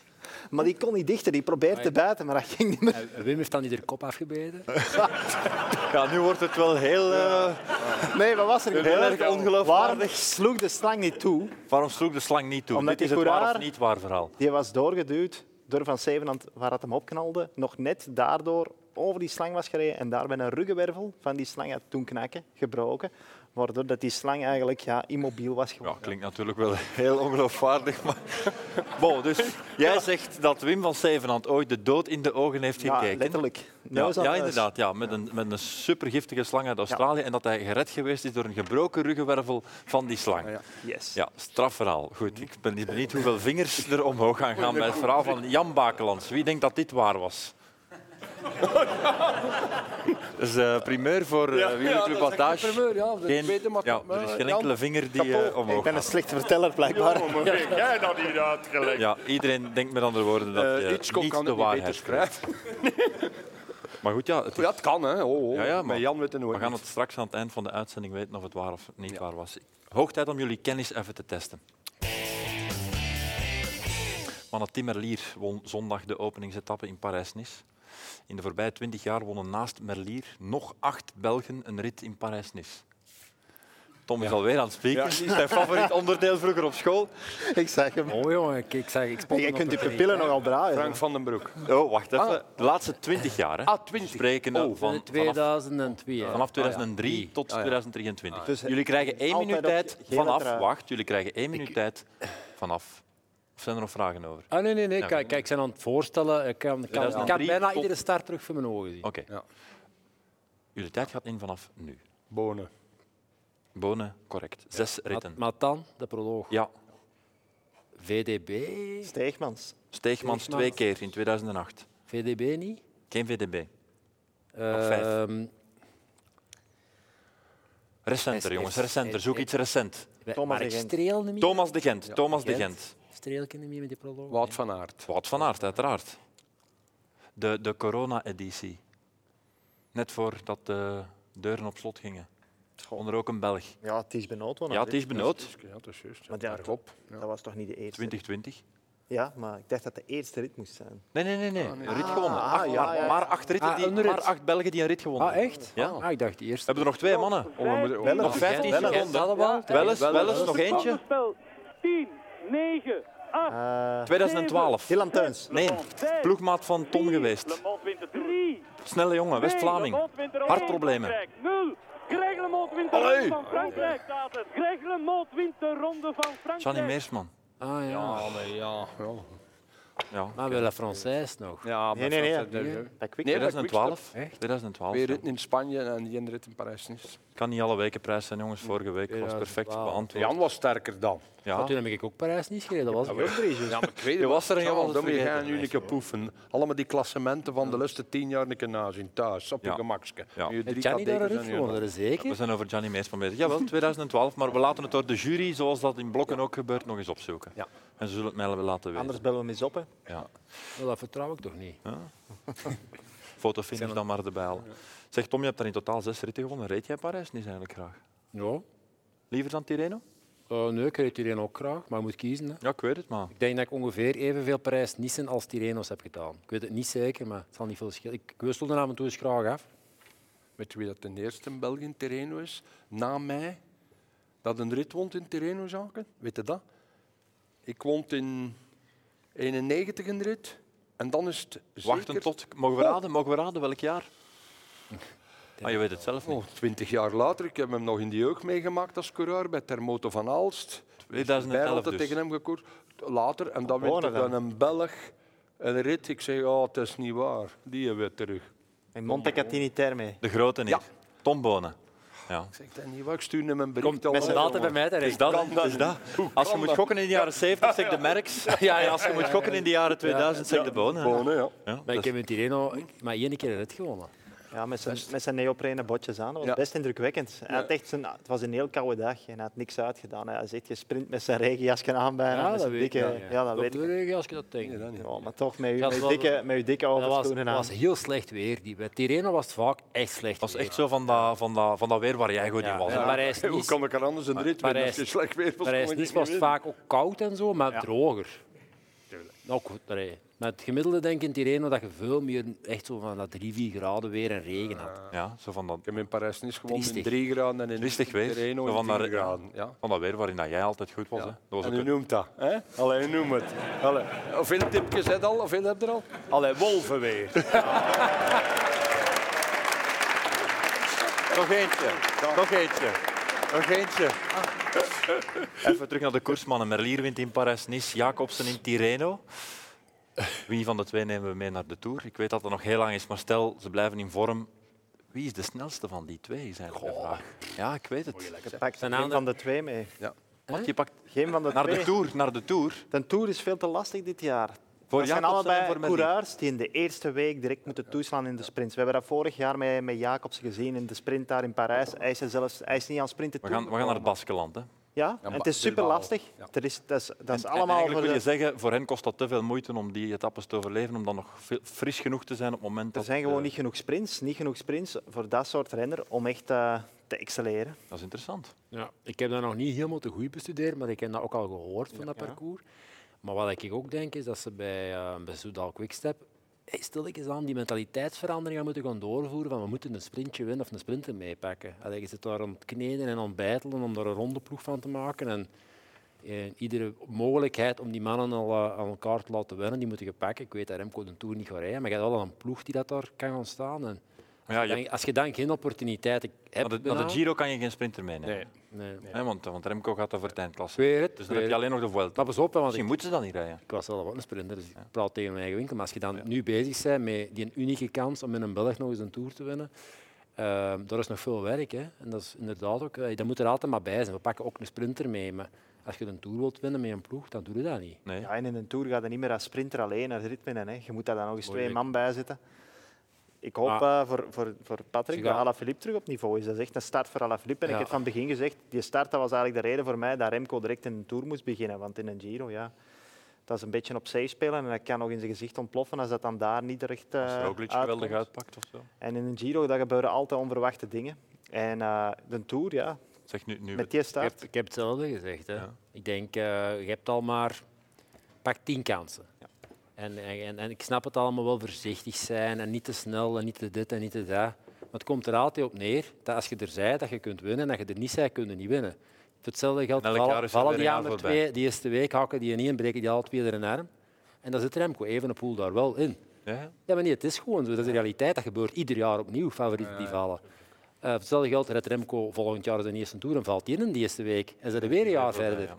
C: Maar die kon niet dichter, die probeerde te bijten, maar dat ging niet meer.
B: En Eh, Wim heeft dan niet de kop afgebeten.
A: Eh. Ja, nu wordt het wel heel...
C: eh, Nee, wat was er
A: Heel
C: gebeurd?
A: erg ongeloofwaardig.
C: Waarom sloeg de slang niet toe?
A: Waarom sloeg de slang niet toe?
C: Omdat
A: Dit is
C: die
A: het waar of
C: coureur-
A: niet waar verhaal.
C: Die was doorgeduwd door Van Zevenand, waar het hem opknalde. Nog net daardoor over die slang was gereden en daarbij een ruggenwervel van die slang had toen knakken, gebroken. Waardoor dat die slang eigenlijk ja, immobiel was geworden.
A: Ja, klinkt natuurlijk wel heel ongeloofwaardig. Maar... Bon, dus jij zegt dat Wim van Stevenand ooit de dood in de ogen heeft
C: Ja,
A: gekeken.
C: letterlijk.
A: Ja,
C: Neus aan
A: ja,
C: neus.
A: inderdaad. Ja, met, Een, met een supergiftige slang uit Australië. En dat hij gered geweest is door een gebroken ruggenwervel van die slang. Ja,
C: Yes.
A: strafverhaal. Goed, ik ben benieuwd hoeveel vingers er omhoog gaan gaan bij het verhaal van Jan Bakelands. Wie denkt dat dit waar was? Dat is eh, primeur voor uh, Wielerclub Avantage. Geen- ja, er is geen enkele vinger die eh,
C: Ik
A: omhoog
C: ben een
A: gaat.
C: slechte verteller, blijkbaar.
J: Jij dat hier uitgelegd.
A: Ja, iedereen denkt met andere woorden dat
D: Eh,
A: je
D: Hitchcock
A: niet
D: kan
A: de
D: het niet beter
A: waarheid spreekt.
D: schrijven.
A: Maar goed, ja, het is-
D: Ja, het kan, hè. Oh, oh.
A: Ja, ja, maar
D: Met Jan weet het nooit.
A: we gaan het straks aan het eind van de uitzending weten of het waar of niet waar was. Hoog tijd om jullie kennis even te testen. Mannen Timmerlier won zondag de openingsetappe in Parijs-Nice. In de voorbije 20 jaar wonnen naast Merlier nog acht Belgen een rit in Parijs-Nice. Tom is alweer aan het spreken.
D: Ja.
A: Die is Zijn favoriet onderdeel vroeger op school.
C: Ik zeg hem.
B: Oh jongen, ik, ik zeg, ik spot
C: Jij
B: hem
C: kunt
B: op
C: je
B: het
C: pupillen nogal draaien.
D: Frank van den Broek.
A: Oh, wacht even. De laatste 20 jaar. Hè.
D: Ah, 20.
A: Spreken we
B: rekening.
A: van, vanaf
B: 2002. hè.
A: Vanaf 2003 tot
D: ja.
A: 2023.
C: Dus
A: jullie krijgen één
C: altijd
A: minuut
C: op
A: tijd
C: je gele
A: vanaf.
C: trui.
A: Wacht, jullie krijgen één minuut tijd vanaf. Of zijn er nog vragen over?
B: Ah, nee, nee, nee.
A: Ja.
B: Kijk, kijk, ik ben aan het voorstellen. Ik kan, ik kan, ik kan
A: 2003
B: bijna
A: tot-
B: iedere start terug voor mijn ogen zien.
A: Oké.
D: Ja.
A: Jullie tijd gaat in vanaf nu.
D: Bonen.
A: Bonen, correct. Zes ritten.
B: Maar dan, de proloog.
A: Ja,
B: VDB?
C: Steegmans.
A: Steegmans twee keer in 2008.
B: VDB niet?
A: Geen VDB. vijf.
B: Ehm
A: Recenter,
B: S-
A: jongens,
B: S-
A: recenter. Zoek
B: S-
A: iets recent.
C: Thomas
B: Mark
C: de Gent.
B: Streel niet meer?
A: Thomas de Gent. Thomas de
B: Gent.
A: Gent.
B: Streel kennen we niet met die proloog.
D: Wout van Aert.
A: Wout van Aert, uiteraard. De, de corona-editie. Net voordat de deuren op slot gingen. Onder ook een Belg.
C: Ja, het Oh, is benood.
A: Ja, het is benood.
D: Ja, dat is juist.
C: Maar ja,
D: Erg op.
C: Dat was toch niet de eerste?
A: 2020.
C: Ja, maar ik dacht dat de eerste rit moest zijn.
A: Nee, nee, nee. nee. Een rit gewonnen.
C: ah,
A: Acht-
C: ja,
A: maar,
C: ja, ja.
A: maar acht ritten
B: Ah,
A: die,
B: een rit.
A: maar acht Belgen die een rit gewonnen
B: Ah, echt?
A: Ja.
B: Ah, ik dacht eerst.
A: Hebben er nog twee mannen?
D: Oh, we moeten-
C: Bellen.
A: Nog 15
C: Bellen.
A: seconden.
B: wel.
A: Wel eens, wel eens, nog eentje.
J: Spel 10, 9, 8,
C: Eh
A: 2012.
C: Dylan Teuns.
A: Nee, ploegmaat van Tom geweest.
J: Le Mans wint de Tour. 3,
A: Snelle jongen, West-Vlaming. Hartproblemen.
J: 0. Greg LeMond wint de
A: Allee.
J: ronde van Frankrijk. staat het. Greg LeMond wint de ronde van Frankrijk.
A: Johnny Meersman.
B: Ah ja.
D: Ja, ja.
A: Ja.
B: Maar wel een Français nog.
D: Ja,
C: Nee, nee, nee.
D: maar-
C: Bij Quick.
D: Nee, dat-
A: 2012.
B: Echt?
A: 2012.
D: Twee
A: ja.
D: ritten in Spanje en die ene rit in Parijs. Niet.
A: Kan niet alle weken prijs zijn, jongens. Vorige week was perfect
B: 2012.
A: beantwoord.
D: Jan was sterker dan.
B: Maar
A: Ja.
B: toen heb ik ook Parijs niet gereden. Dat was dus.
D: Ja, maar tweede
A: Je was er en je
D: Charles,
A: was het
D: dan weer
A: vergeten.
D: gaan jullie een keer poefen. Allemaal die klassementen van de laatste tien jaar een keer nazien. Thuis, op je
A: Ja.
D: gemakske.
A: Ja.
D: Nu
B: Heeft
D: drie
B: Gianni daar een rit
D: kadekens en nu een-
B: gewonnen? Dat is
A: We
B: zeker.
A: zijn over Johnny Meersman bezig. Jawel, 2012. Maar we laten het door de jury, zoals dat in blokken ook gebeurt, nog eens opzoeken.
D: Ja.
A: En ze zullen het mij wel laten weten.
C: Anders bellen we mis op. Hè.
A: Ja.
B: Nou, dat vertrouw ik toch niet.
A: Fotofinish dan maar erbij halen. Zeg, Tom, je hebt daar in totaal zes ritten gewonnen. Reed jij Parijs niet eigenlijk graag?
B: Ja.
A: Liever dan Tirreno?
B: Eh, nee, ik reed Tirreno ook graag, maar je moet kiezen. Hè.
A: Ja, ik weet het, maar...
B: Ik denk dat ik ongeveer evenveel Parijs-Nissen als Tirreno's heb gedaan. Ik weet het niet zeker, maar het zal niet veel schelen. Ik, ik wisselde er af en toe eens graag af.
D: Weet je wie dat de eerste in België in Terreno is? Na mij. Dat een rit wond in Terreno zaken. Weet je dat? Ik wond in 91 een rit. En dan is het zeker...
A: Wachten tot... Mogen we raden? Mogen we raden welk jaar? Ah, je weet het zelf niet.
D: Oh, 20 jaar later. Ik heb hem nog in de jeugd meegemaakt als coureur bij Termoto van Aalst. Bijna
A: 2011
D: altijd
A: dus.
D: tegen hem gekoerd. Later, en dan wint
C: Bonen
D: er dan
C: dan.
D: een Belg een rit. Ik zeg, oh, het is niet waar. Die hebben we terug.
C: In Montecatini Terme.
A: De grote niet.
D: Ja.
A: Tom Bonen. Ja.
D: Ik zeg, dat is niet waar. Ik stuur hem een brief.
B: Met z'n altijd bij mij terecht.
A: Is dat, hè? is dat? Als je moet gokken in de jaren 70, zeg de Merks. Ja, en als je moet gokken in de jaren 2000, zeg de Bonen. hè.
D: Bonen, ja.
A: Ja, Dus
B: Maar
A: dat
B: ik
A: is-
B: heb in Tirreno maar één keer een rit gewonnen.
C: Ja, met zijn, met zijn neoprene botjes aan. Dat was
D: Ja.
C: best indrukwekkend. Hij had echt zijn, het was een heel koude dag en hij had niks uitgedaan. Hij zit gesprint met zijn regenjasje aan bijna. met zijn dikke,
B: Ja,
C: ja, dat weet ik.
B: als je dat denkt.
C: Ja, maar toch, met je,
B: Dat
C: met je
B: was-
C: dikke, met je dikke
B: dat was,
C: overschoenen aan.
B: was heel slecht weer. Die, bij Tirreno was het vaak echt slecht
A: Dat is
B: weer.
A: echt zo van dat, van, dat, van dat weer waar jij goed in
B: Ja.
A: was.
B: Ja.
A: hè.
D: Hoe
B: Parijs-Nice
D: kan ik er anders een rit winnen als je
B: Parijs-
D: slecht weer was?
B: Parijs
D: kon ik
B: Nice
D: niet
B: was
D: winnen.
B: vaak ook koud en zo, maar droger. Nou goed, allee. Met het gemiddelde denk ik in Tirreno dat je veel meer echt zo van dat 3, 4 graden weer en regen had.
A: Ja, zo van dat,
D: Ik heb in Parijs niet gewonnen in
B: Triestig.
D: 3 graden en in
A: Triestig weer.
D: Terreno in
A: Van daar-
D: 4 graden. Ja.
A: van dat weer waarin dat jij altijd goed was. Hè. Dat was
D: En
A: ook
D: u
A: een-
D: noemt dat. Hè? Allee, u noemt het. Allee. Hoeveel tipjes heb je al? Hoeveel heb je er al? Allee, wolven weer. Nog eentje. Nog eentje. Nog eentje.
A: Even terug naar de koersmannen. Merlier wint in Parijs-Nice, Jacobsen in Tirreno. Wie van de twee nemen we mee naar de Tour? Ik weet dat dat nog heel lang is, maar stel, ze blijven in vorm. Wie is de snelste van die twee, is eigenlijk de vraag. Ja, ik weet het.
C: Je pakt
B: Zijn
C: geen
B: aandeel-
C: van de twee mee.
A: Want je pakt
C: Geen van de
A: naar de
C: twee.
A: Tour, naar de Tour.
C: De Tour is veel te lastig dit jaar.
A: Voor
C: dat zijn
A: Jacobsen en
C: allebei
A: voor Merlier.
C: coureurs die in de eerste week direct moeten toeslaan in de sprints. We hebben dat vorig jaar met, met Jacobsen gezien in de sprint daar in Parijs. Hij is, er zelfs, hij is niet aan het sprinten
A: We gaan, we gaan naar het
C: toegekomen.
A: Baskeland. Hè.
C: Ja, en het is super lastig.
D: Ja.
C: Er is, dat is, dat is
A: En- en
C: allemaal voor
A: eigenlijk wil je
C: de-
A: zeggen, voor hen kost dat te veel moeite om die etappes te overleven, om dan nog veel- fris genoeg te zijn op het moment
C: Er
A: dat...
C: zijn gewoon
A: eh,
C: niet genoeg sprints, niet genoeg sprints voor dat soort renner om echt eh, te excelleren.
A: Dat is interessant.
B: Ja, ik heb dat nog niet helemaal te goed bestudeerd, maar ik heb dat ook al gehoord van dat parcours. Maar wat ik ook denk is dat ze bij, eh bij Soudal Quickstep hey, stilletjes aan die mentaliteitsverandering gaan moeten gaan doorvoeren van we moeten een sprintje winnen of een sprinter meepakken. Allee, je zit daar aan het kneden en aan het beitelen om daar een ronde ploeg van te maken. En eh, iedere mogelijkheid om die mannen al, eh, aan elkaar te laten winnen, die moeten je pakken. Ik weet dat Remco de Tour niet gaat rijden, maar je hebt wel al een ploeg die dat daar kan gaan staan. En
A: Maar ja,
B: als,
A: je
B: je dan, als je dan geen opportuniteiten
A: Naar
B: hebt...
A: de, naar de
B: bijna-
A: Giro kan je geen sprinter meenemen.
B: Nee. nee.
A: Hè, want, want Remco gaat over het
B: Ik
A: eindklasse.
B: weet het,
A: Dus
B: ik
A: dan
B: weet
A: heb
B: het.
A: je alleen nog de Vuelta.
B: Maar pas op, hè, want ik,
A: Misschien moeten ze dan niet rijden.
B: ik was zelf ook een sprinter, dus ik praat tegen mijn eigen winkel. Maar als je dan nu bezig bent met die unieke kans om in een Belg nog eens een Tour te winnen, eh, daar is nog veel werk. Hè. En dat is inderdaad ook, eh, dat moet er altijd maar bij zijn. We pakken ook een sprinter mee, maar als je een Tour wilt winnen met een ploeg, dan doe je dat niet.
A: Nee.
C: Ja, en in een Tour gaat je niet meer als sprinter alleen naar de rit winnen. Hè. Je moet daar dan nog eens twee man bij zitten. Ik hoop
B: Ah.
C: eh, voor, voor, voor Patrick
B: Ze
C: dat
B: gaan-
C: Alaphilippe terug op niveau is. Dat is echt een start voor Alaphilippe. En
B: Ja.
C: ik heb van het begin gezegd, die start dat was eigenlijk de reden voor mij dat Remco direct in een Tour moest beginnen. Want in een Giro, ja, dat is een beetje op safe spelen. En dat kan nog in zijn gezicht ontploffen als dat dan daar niet recht eh
A: Als Roglic
C: uitkomt.
A: geweldig uitpakt of zo.
C: En in een Giro dat gebeuren altijd onverwachte dingen. En eh, de Tour, ja,
A: Zeg nu, nu
C: met die
B: Ik
C: start.
B: heb, ik heb hetzelfde gezegd. Hè.
A: Ja.
B: Ik denk, eh, je hebt al maar pak tien kansen. En, en, en- en ik snap het allemaal wel voorzichtig zijn en niet te snel en niet te dit en niet te dat. Maar het komt er altijd op neer dat als je er zei dat je kunt winnen en dat je er niet zei, kun je niet winnen. Voor hetzelfde geldt
A: En elk jaar
B: vallen,
A: is er
B: vallen
A: weer
B: die
A: een
B: andere
A: jaar voorbij.
B: twee, die eerste week hakken die in en breken die alle twee er een arm. En dan zit Remco Evenepoel daar wel in.
A: Ja,
B: Ja, maar nee, het is gewoon zo. Dat is de realiteit. Dat gebeurt ieder jaar opnieuw, favorieten die vallen. Eh, voor hetzelfde geld redt Remco volgend jaar zijn eerste toer en valt die in in de eerste week. En ze er weer een jaar verder.
A: ja.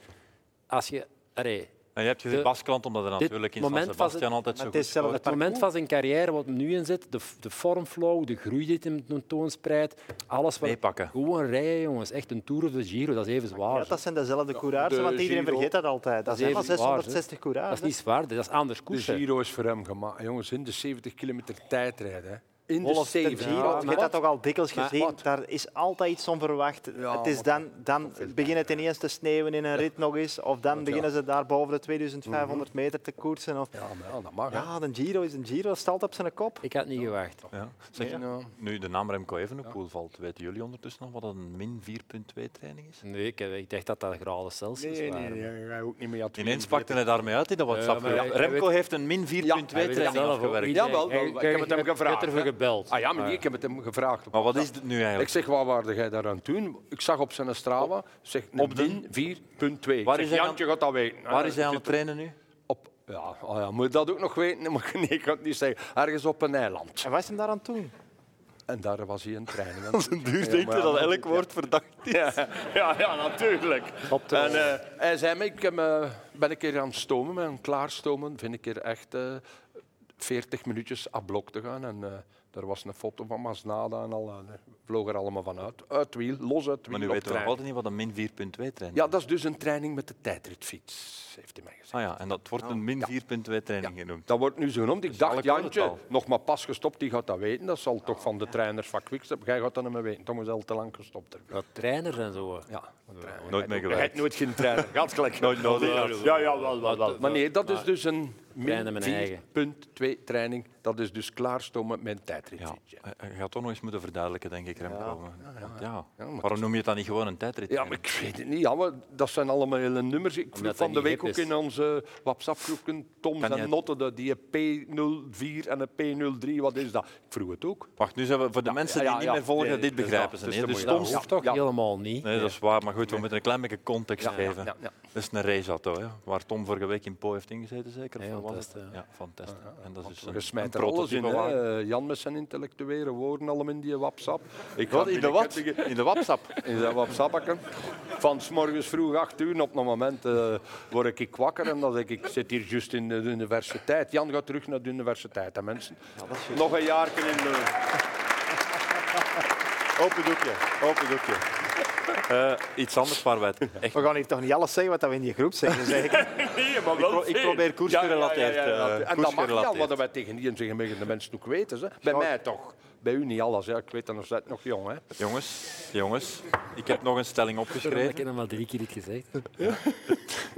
B: Als je... Allee,
A: En je hebt gezien
B: De-
A: Baskeland, omdat er natuurlijk in San
B: moment was het-
A: Sebastian altijd
C: Maar
A: zo
C: het
A: goed
C: is hetzelfde
B: het moment van zijn carrière, wat hem nu in zit, de, de formflow, de groei die het hem tentoonspreidt, alles wat...
A: meepakken.
B: Gewoon rijden, jongens. Echt een Tour of de Giro, dat is even zwaar.
C: Ja, dat zijn dezelfde coureurs,
D: de
C: want iedereen
D: Giro-
C: vergeet dat altijd. Dat
B: Dat
C: zijn
B: is
C: maar
B: even waar, hè.
C: 660
B: Dat
C: coureurs.
B: is niet zwaar, dat is anders
D: De
B: koersen.
D: Giro is voor hem gemaakt. Jongens, in de 70 kilometer tijdrijden. hè. In de
C: Holland de
D: 70.
C: Giro, je hebt dat toch al dikwijls
B: maar
C: gezien.
D: wat?
C: Daar is altijd iets onverwacht.
D: Ja,
C: het is
D: wat-
C: dan, dan begint het ineens te sneeuwen in een rit nog eens. Of dan beginnen ze daar boven de
B: Mhm.
C: 2500 meter te koersen. Of...
D: Ja, maar ja, dat mag. hè.
C: Ja, de Giro is een Giro, staat op zijn kop.
B: Ik had niet gewacht.
A: Ja. Zeg,
D: Ja.
A: Nu de naam Remco Evenepoel valt, weten jullie ondertussen nog wat een min 4.2 training is?
B: Nee, ik, ik dacht dat dat graden Celsius
D: Nee,
B: waren.
D: nee, nee, hij ook niet meer. Ja,
A: Ineens pakte hij daarmee uit in dat WhatsApp.
B: maar hij- hij
A: Remco
B: weet-
A: heeft een min 4.2
D: Hij
B: Hij weet het
A: training
B: zelf ook
A: afgewerkt.
B: niet.
D: Jawel, wel,
B: Hij-
D: ik heb het hem
B: hij- hij
D: gevraagd,
B: werd ervoor
D: hè.
B: gebeld.
D: Ah ja, maar nee, ik heb het hem gevraagd.
A: Maar wat is dit nu
D: Ik
A: eigenlijk?
D: zeg, wat waarde jij daar aan het doen? Ik zag op zijn Strava, zeg, op
A: de-
D: min 4.2. Ik
A: Waar
D: zeg,
A: is hij aan-
D: Jantje gaat dat weten. Eh,
A: Waar is hij aan
D: Zit
A: het trainen nu?
D: Op, ja, oh ja, moet je dat ook nog weten? Maar nee, ik kan het niet zeggen. Ergens op een eiland.
C: En wat is hem daar aan toe?
D: En daar was hij in training. aan
A: Als een duur denkt
D: maar ja,
A: dat
D: dat
A: elk woord verdacht is.
D: Ja, ja, natuurlijk.
B: Op de-
D: En eh, hij zei me, ik heb, eh, ben een keer aan het stomen, maar aan het klaarstomen vind ik er echt eh 40 minuutjes à blok te gaan. En eh, er was een foto van Masnada en al, eh, vloog er allemaal van uit. Uit het wiel, los uit het wiel.
A: Maar nu
D: op
A: weten we nog
D: trein.
A: altijd niet wat een min 4.2 training
D: Ja, dat is dus een training met de tijdritfiets, heeft hij mij gezegd.
A: is. Ah ja, en dat wordt een min 4.2 training genoemd.
D: Dat wordt nu zo genoemd. Ik dacht,
A: Alec hoort het
D: Jantje,
A: al.
D: nog maar pas gestopt, die gaat dat weten. Dat zal toch van de trainers van Quickstep. Jij gaat dat niet meer weten. Tom is al te lang gestopt. hebben.
B: Ja, trainers en zo.
D: Ja, een trainer.
A: Nooit meer
D: Hij
A: gewerkt.
D: heeft nooit geen trainer. Gaat gelijk. Nooit nodig. Ja, ja, wel, wel, wel. Maar nee, dat is dus een
B: Trainen met mijn
D: min
B: eigen.
D: 4.2 training. Dat is dus klaarstomen met een
A: Ja,
D: tijdritfietsje.
A: hij- hij gaat toch nog eens moeten verduidelijken, denk ik, Remco. Want Ja,
D: Ja, maar
A: Waarom noem je het dan niet gewoon een tijdrit?
D: Ja, maar ik weet het niet. Ja, maar dat zijn allemaal hele nummers. Ik vroeg
B: dat
D: van
B: niet
D: de week
B: hip
D: ook
B: is.
D: in onze WhatsApp-groepen Tom
A: Kan jij-
D: en Notte, de- die P04 en de P03. Wat is dat? Ik vroeg het ook.
A: Wacht, nu zijn we voor de mensen die
D: ja,
A: niet
D: ja.
A: meer volgen,
D: Nee,
A: dit
D: dus
A: begrijpen
D: dat-
A: ze
D: dus
A: niet.
D: dat
A: Dus
D: moet je
A: soms...
D: Ja,
B: Of toch
D: ja.
B: helemaal niet.
A: Nee, dat is waar, maar goed, we moeten een klein beetje context geven.
D: ja, ja.
A: Dat is een raceauto, hè, waar Tom vorige week in Po heeft ingezeten, zeker? Of
B: Ja,
A: wat
B: van
A: was het?
B: Testen, ja.
A: Ja, van testen. En dat is dus
D: Een
A: een,
D: gesmijter alles in.
A: prototype
D: hè.
A: wagen.
D: Eh, Jan met zijn intellectuele woorden allemaal in die WhatsApp. Ik
A: Wat,
D: ga
A: in de wat?
D: binnenkort-
A: In de WhatsApp.
D: In zijn wapsappakken. Van s morgens vroeg 8 uur op een moment eh, word ik wakker en dan denk ik, ik zit hier juist in de universiteit. Jan gaat terug naar de universiteit, hè, mensen. Nog een jaartje in eh, de...
A: Open doekje, open doekje. Eh, iets anders, Parwet. Echt.
C: We gaan hier toch niet alles zeggen wat we in die groep zeggen. Dus eigenlijk-
A: Ik, pro- ik probeer koersgerelateerd.
D: Ja, ja, ja, ja.
A: eh,
D: En dat mag dan,
A: koersgerelateerd.
D: wat wij tegen die gemiddelde mensen ook weten. Hè. Bij mij toch. Bij u niet alles. Hè. Ik weet dat nog steeds nog jong. Hè.
A: Jongens, jongens, ik heb nog een stelling
B: Ik
A: opgeschreven.
B: heb hem al drie keer dit gezegd.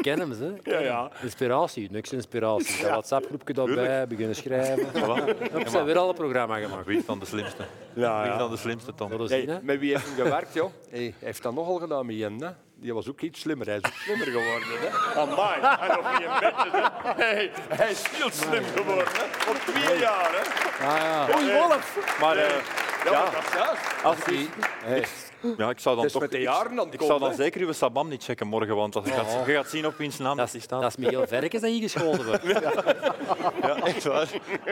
B: Ken hem ze?
A: Ja, ja.
B: Inspiratie, niks inspiratie. Dat WhatsApp-groepje daarbij, beginnen schrijven.
A: Voilà.
B: Hop, ze hebben weer al een programma gemaakt.
A: Wie is dan de slimste?
D: Ja,
A: Wie Ah, is dan de slimste, Tom?
B: Dat is
D: Hey,
B: zien, hè?
D: met wie heeft hij gewerkt, joh? Hey, hij heeft dat nogal gedaan met Jen, hè? Die was ook iets slimmer. Hij is ook slimmer geworden, hè? Amai, hij nog niet in bed, hè? Hey, hij is heel slim geworden, hè? Op twee jaar, hè?
C: Oei, Wolf!
A: Maar eh,
D: Ja,
A: Ja.
D: maar dat is juist.
A: als die... Ja, ik zou dan
D: Dus
A: toch...
D: met de
A: ik-
D: jaren dan
A: Ik
D: komen,
A: zou dan
D: hè?
A: zeker uw sabam niet checken morgen, want als je, gaat, je gaat zien op wiens naam dat die staat.
B: Dat is Michiel Verkes dat hier gescholden wordt.
A: Ja, echt waar.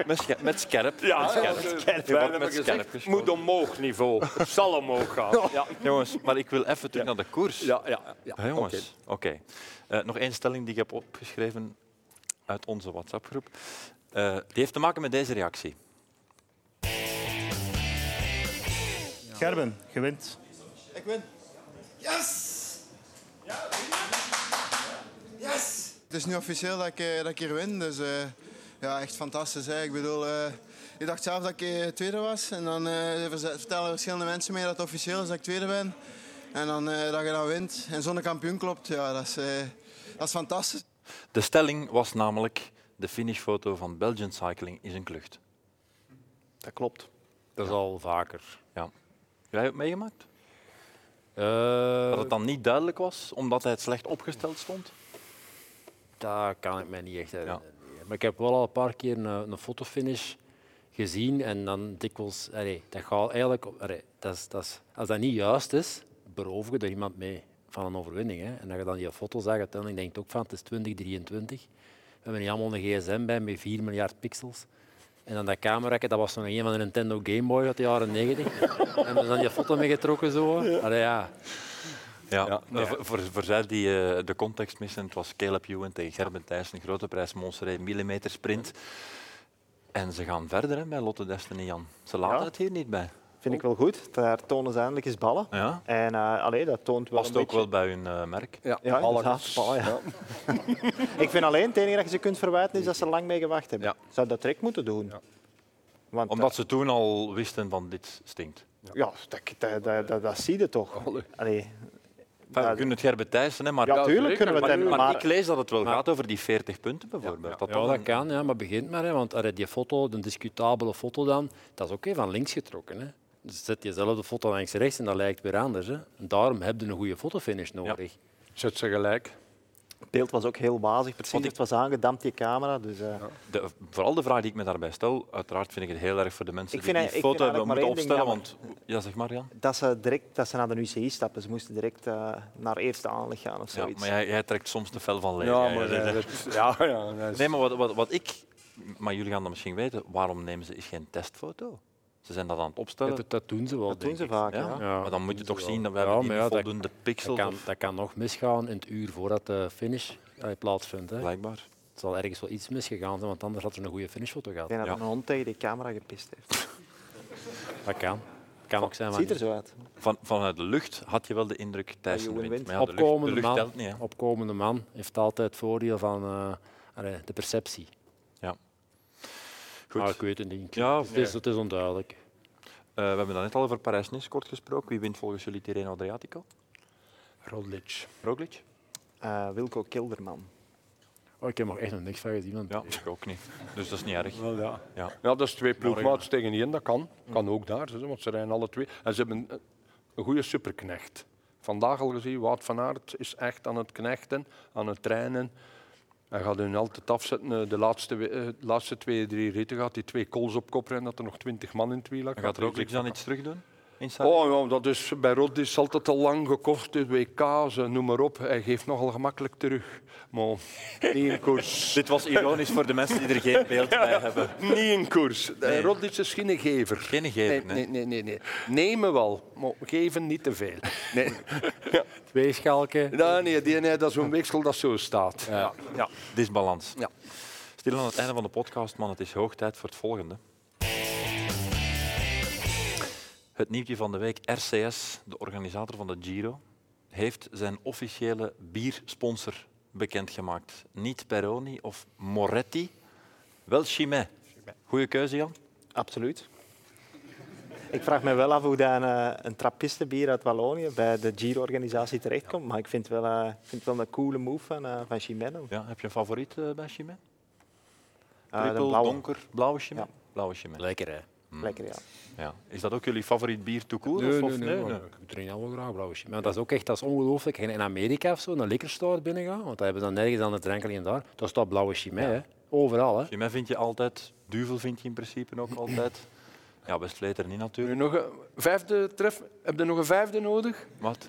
A: Met, sche- met scherp.
D: Ah,
A: met scherp. Je wordt met scherp
D: gezegd, moet omhoog niveau. Het zal omhoog gaan. Ja,
A: Jongens, maar ik wil even terug naar de koers.
D: ja, ja. ja.
A: Hè, jongens, oké. Eh, nog één stelling die ik heb opgeschreven uit onze WhatsApp-groep. Eh, die heeft te maken met deze reactie.
G: Gerben, gewint.
K: Het is nu officieel dat ik, eh, dat ik hier win, dus eh, ja, echt fantastisch. Hè? Ik bedoel, eh, ik dacht zelf dat ik eh, tweede was. En dan eh, verze- vertellen verschillende mensen mij dat het officieel is dat ik tweede ben. En dan eh, dat je dan wint en zonder kampioen klopt, ja, dat is, eh, dat is fantastisch.
A: De stelling was namelijk... De finishfoto van Belgian Cycling is een klucht.
C: Dat klopt.
B: Dat is al vaker.
A: Jij hebt meegemaakt?
B: Eh,
A: Dat het dan niet duidelijk was, omdat hij het slecht opgesteld stond?
B: Dat kan ik mij niet echt herinneren. nee. Maar ik heb wel al een paar keer een, een fotofinish gezien en dan dikwijls... Allee, dat gaat eigenlijk... op- Allee, dat is, dat is, als dat niet juist is, beroof je er iemand mee van een overwinning. Hè. En dat je dan die foto zag, uiteindelijk denk je ook van het is 2023. We hebben hier allemaal een gsm bij met 4 miljard pixels. En dan dat cameraatje, dat was nog een van de Nintendo Game Boy uit de jaren 90. en hebben ze dan die foto meegetrokken zo. Allee, ja.
A: Ja, maar Nou, Voor, voor, voor zij die eh, de context missen, het was Caleb Ewan tegen Gerben Thijssen, grote prijs Monsterrij, millimeter sprint. En ze gaan verder hè, bij Lotte Destiny, Jan. Ze laten
C: Ja.
A: het hier niet bij.
C: Vind ik wel goed. Daar tonen ze eindelijk eens ballen.
A: Ja.
C: En eh, allee, dat toont wel
A: Past
C: een
A: ook
C: beetje...
A: wel bij hun eh, merk.
D: Ja,
C: Ja, inderdaad, ballen, ja. ik vind alleen het enige dat je ze kunt verwijten is dat ze lang mee gewacht hebben. Zou dat direct moeten doen. Want,
A: Omdat ze toen al wisten van dit stinkt.
C: eh, ja, dat, dat, dat, dat, dat zie je toch. Allee,
A: Enfin, we
C: Ja,
A: kunnen het Gerben Thijssen, hè, maar,
C: ja, tuurlijk kunnen we het hebben,
A: maar,
C: maar
A: ik lees dat het wel gaat over die 40 punten bijvoorbeeld. Dat
B: ja,
A: dan-
B: dat kan, ja, maar begint maar. Hè, want allee, die foto, de discutabele foto dan, dat is ook even van links getrokken. Hè. Dus zet diezelfde foto langs rechts en dat lijkt weer anders. Hè. En daarom heb je een goede fotofinish nodig.
D: Zet ze gelijk.
C: het beeld was ook heel wazig. Precies,
A: Want ik-
C: het was aangedampt, die camera. Dus, eh,
A: De, vooral de vraag die ik me daarbij stel, uiteraard vind ik het heel erg voor de mensen
C: Ik vind
A: die
C: hij-
A: die
C: ik
A: foto
C: vind
A: hebben
C: eigenlijk
A: moeten opstellen.
C: maar één
A: Want, ja, zeg maar, Jan.
C: dat, ze direct, dat ze naar de UCI stappen. Ze moesten direct eh, naar eerste aanleg gaan of
A: Ja,
C: zoiets.
A: maar jij, jij trekt soms te fel van leer.
D: Ja,
A: Jij-
D: maar...
A: jij-
D: eh, dat- Ja, ja. dat is-
A: Nee, maar wat, wat, wat ik... Maar jullie gaan dat misschien weten. Waarom nemen ze is geen testfoto? Ze zijn dat aan het opstellen.
B: Dat, dat doen ze wel.
C: dat
B: denk
C: doen ze
B: ik.
C: vaak.
A: ja?
C: ja.
B: Ja,
A: maar dan moet je
B: dat
A: toch
B: is wel.
A: zien dat we
B: Ja,
A: hebben die
B: maar ja, dat-
A: voldoende pixels
B: Dat kan,
A: of-
B: dat kan nog misgaan in het uur voordat de finish eh, plaatsvindt. Hè.
A: Blijkbaar.
B: Het zal ergens wel iets misgegaan zijn, want anders had er een goede finishfoto gehad.
C: Ik denk dat
A: Ja.
C: een hond tegen die camera gepist heeft.
B: Dat kan. kan ook zijn.
C: Het
B: maar
C: ziet er
B: niet.
C: zo uit.
A: Van, vanuit de lucht had je wel de indruk Thijssen
C: Ewan
A: wint.
C: wint.
A: Maar ja, de lucht, de
B: opkomende,
A: lucht
B: man, Ah,
A: telt niet. Hè.
B: opkomende man heeft altijd het voordeel van eh, allee, de perceptie. Maar ik
A: Goed.
B: weet het niet.
A: Ja,
B: het, is, het is onduidelijk.
A: Eh, we hebben dan net al over Parijs-Nice kort gesproken. Wie wint volgens jullie Tirreno Adriatico?
D: Roglic.
A: Roglic?
C: Eh, Wilco Kilderman.
B: Oh, ik heb nog echt nog niks van gezien. want-
A: Ja, ik ook niet. Dus dat is niet erg.
D: ja.
A: Ja.
D: Ja. dat is twee ploegmaats tegen één. Dat kan. Kan ook daar, hè, want ze rijden alle twee. En ze hebben een, een goede superknecht. Vandaag al gezien, Wout van Aert is echt aan het knechten, aan het trainen. Hij gaat hun altijd afzetten. Eh, De laatste, we- eh, de laatste twee, drie ritten gaat hij twee kools op kop rijden, dat er nog twintig man in het wiel
A: En gaat
D: er ook
A: Roglic dan iets terug doen? in Sarri?
D: Oh, ja, dat is, bij Rod is altijd al lang gekocht, het WK's, eh, noem maar op. Hij geeft nogal gemakkelijk terug. Maar niet in koers.
A: Dit was ironisch voor de mensen die er geen beeld bij hebben.
D: Niet in koers.
A: Nee.
D: Nee. Rod is dus geen gever.
A: Geen gever,
D: nee, nee, nee, nee, nee. Nemen wel, maar geven niet te veel. Nee,
B: Twee schalken.
D: nee, nee, die, nee dat is een weeksel dat zo staat. Ja.
A: Ja, disbalans.
D: Ja.
A: Stil aan het einde van de podcast, man. Het is hoog tijd voor het volgende. Het nieuwtje van de week. RCS, de organisator van de Giro, heeft zijn officiële biersponsor bekendgemaakt. Niet Peroni of Moretti, wel Chimay. Goeie keuze, Jan.
C: Absoluut. Ik vraag me wel af hoe dan, eh, een trappistenbier uit Wallonië bij de Giro-organisatie terechtkomt. Maar ik vind het wel, eh, ik vind het wel een coole move van, eh van Chimène.
A: Ja, heb je een favoriet eh, bij Chimay?
C: Eh, de
A: Triple,
C: blauwe.
A: donker, blauwe Chimay?
C: Ja.
A: Blauwe Chimay.
B: Lekker, hè?
C: Lekker, ja.
A: Ja. Is dat ook jullie favoriet bier to cool?
B: Nee,
A: of, of
B: nee, nee, maar Ik drink allemaal graag blauwe chip. Maar dat is ook echt dat is ongelooflijk. Als je in Amerika of zo naar liquorstore binnen gaat, want dat hebben ze dan nergens aan de drankel in daar, daar staat blauwe chimay. hè. Overal, hè.
A: Chimay vind je altijd, Duvel vind je in principe ook altijd. Ja, Westfleter niet
D: Nu
A: natuurlijk.
D: nog een vijfde tref. Heb je nog een vijfde nodig?
A: Wat?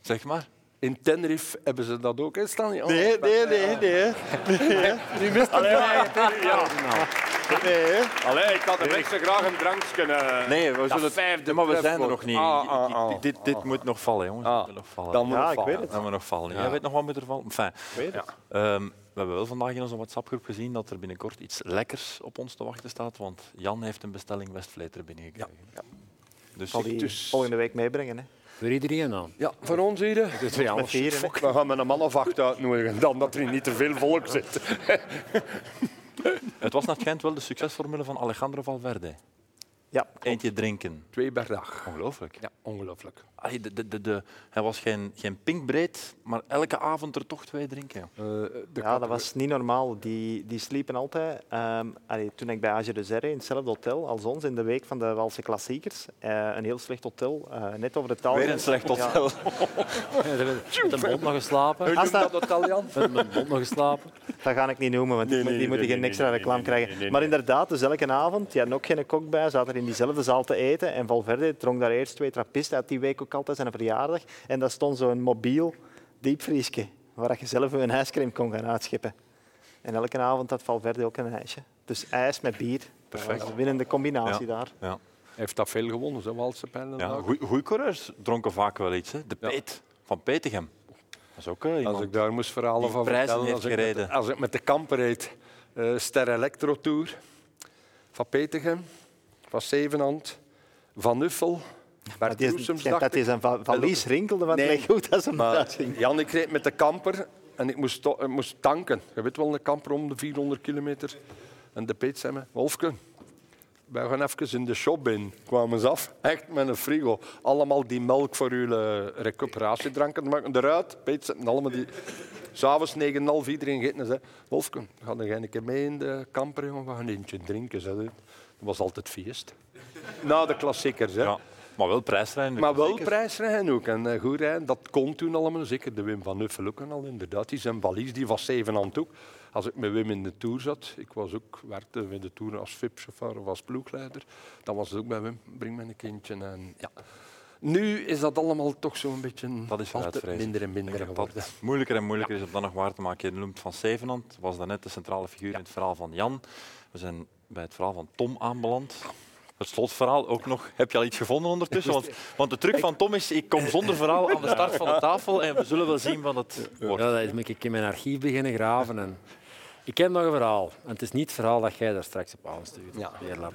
A: Zeg maar.
D: In Tenerife hebben ze dat ook. hè? Staan die
K: Nee, nee, nee, nee. Nu mist het mij. Nee,
D: Allee, ik had de mensen graag een drankje. eh.
A: Nee, we
D: dat
A: zullen
D: vijfde
A: maar we
D: tref
A: zijn er
D: wordt.
A: nog niet.
D: Ah, ah, ah.
A: Dit- Dit, dit moet nog vallen, jongens.
D: Ah,
A: Dit moet nog vallen.
D: Dan moet
C: Ja,
D: het
C: ik
D: vallen.
C: weet het.
A: Dat moet nog vallen. Jij weet nog wat moet er vallen? Enfin,
C: weet het.
A: ehm, we hebben wel vandaag in onze WhatsApp-groep gezien dat er binnenkort iets lekkers op ons te wachten staat, want Jan heeft een bestelling Westfleter binnengekregen. Dus
C: Zal die
D: Dus-
C: volgende week meebrengen. Hè.
B: Voor iedereen dan.
D: Ja, voor ons hier.
B: De twee
C: Met
B: half.
C: vieren. hè.
D: We gaan met een man of acht uitnodigen, dan dat er niet te veel volk zit.
A: het was naar het schijnt wel de succesformule van Alejandro Valverde.
C: Ja,
A: Eentje drinken.
D: Twee per dag.
A: Ongelooflijk.
D: Ja, ongelooflijk.
A: Ai, de, de, de, de- hij was geen, geen pinkbreed, maar elke avond er toch twee drinken.
D: Eh,
A: joh.
C: ja, dat was niet normaal. Die, die sliepen altijd. ehm, allee, toen ik bij Age de Zerre in hetzelfde hotel als ons in de week van de Walse klassiekers. eh, een heel slecht hotel, eh, net over de taal.
A: Weer een slecht hotel.
B: Met een bond nog geslapen.
D: Hoe noemt dat hotel, Jan?
B: Met een bond nog geslapen.
C: Dat ga ik niet noemen, want die moet- die moet ik geen extra reclame krijgen. Maar inderdaad, dus elke avond, die hadden ook geen kok bij, zaten in diezelfde zaal te eten. En Valverde dronk daar eerst twee trappisten uit die week ook altijd zijn verjaardag. En daar stond zo'n mobiel diepvriesje, waar je zelf een ijscream kon gaan uitscheppen. En elke avond had Valverde ook een ijsje. Dus ijs met bier. Dat was een winnende combinatie daar.
A: Ja.
D: Heeft dat veel gewonnen, zo Walse Pijlen.
A: Ja, goeie- goeie coureurs dronken vaak wel iets. Hè. De
D: Ja.
A: Peet van Petegem. Dat is ook eh, iemand.
D: Als ik daar moest verhalen
A: die
D: van
A: prijzen
D: vertellen,
A: heeft
D: als ik, met,
A: gereden.
D: als ik met de kamper reed, eh, Ster Electro Tour, van Petegem, van Zevenhand, van Uffel,
C: Dat
D: Bert
C: is,
D: Roesems,
C: schijnt
D: dacht
C: dat
D: ik.
C: hij zijn va- valies rinkelde, want het
D: Nee.
C: leek goed als hem
D: Maar
C: dat ging.
D: Jan, ik reed met de kamper en ik moest, to- eh, moest tanken. Je weet wel, een kamper om de 400 kilometer. En de peet zei me, Wolfke, wij gaan even in de shop in. Kwamen ze af, echt met een frigo. Allemaal die melk voor jullie eh, recuperatiedranken maken. Eruit, peet ze, en allemaal die... S'avonds 9,5 iedereen gegeten en zei, Wolfke, ga dan een keer mee in de kamper, jongen, we gaan eentje drinken. Zei. Dat was altijd feest. Na de klassiekers, hè.
A: Ja. Maar wel prijsrijden.
D: Maar wel prijsrijden ook. En eh, goed rijden, dat kon toen allemaal. Zeker de Wim van Nuffel ook en al, inderdaad. Die zijn valies, die was zeven aan het ook. Als ik met Wim in de Tour zat, ik was ook, werkte met de Tour als VIP-chauffeur of als ploegleider, dan was het ook bij Wim, breng mij een kindje. En, ja. Nu is dat allemaal toch zo'n beetje
A: Dat is
D: altijd
A: vooruit, vrees ik.
D: minder en minder
A: Dat
D: geworden.
A: het moeilijker en moeilijker is om dat nog waar te maken. Je noemt Van Zevenand, was daarnet de centrale figuur in het verhaal van Jan. We zijn bij het verhaal van Tom aanbeland. Het slotverhaal ook nog. Heb je al iets gevonden ondertussen? Want, want de truc van Tom is, ik kom zonder verhaal aan de start van de tafel en we zullen wel zien wat het wordt.
B: Ja, dat is, moet ik in mijn archief beginnen graven. En... Ik heb nog een verhaal. En het is niet het verhaal dat jij daar straks op aanstuurt.
D: Ja.
B: Heerlijk.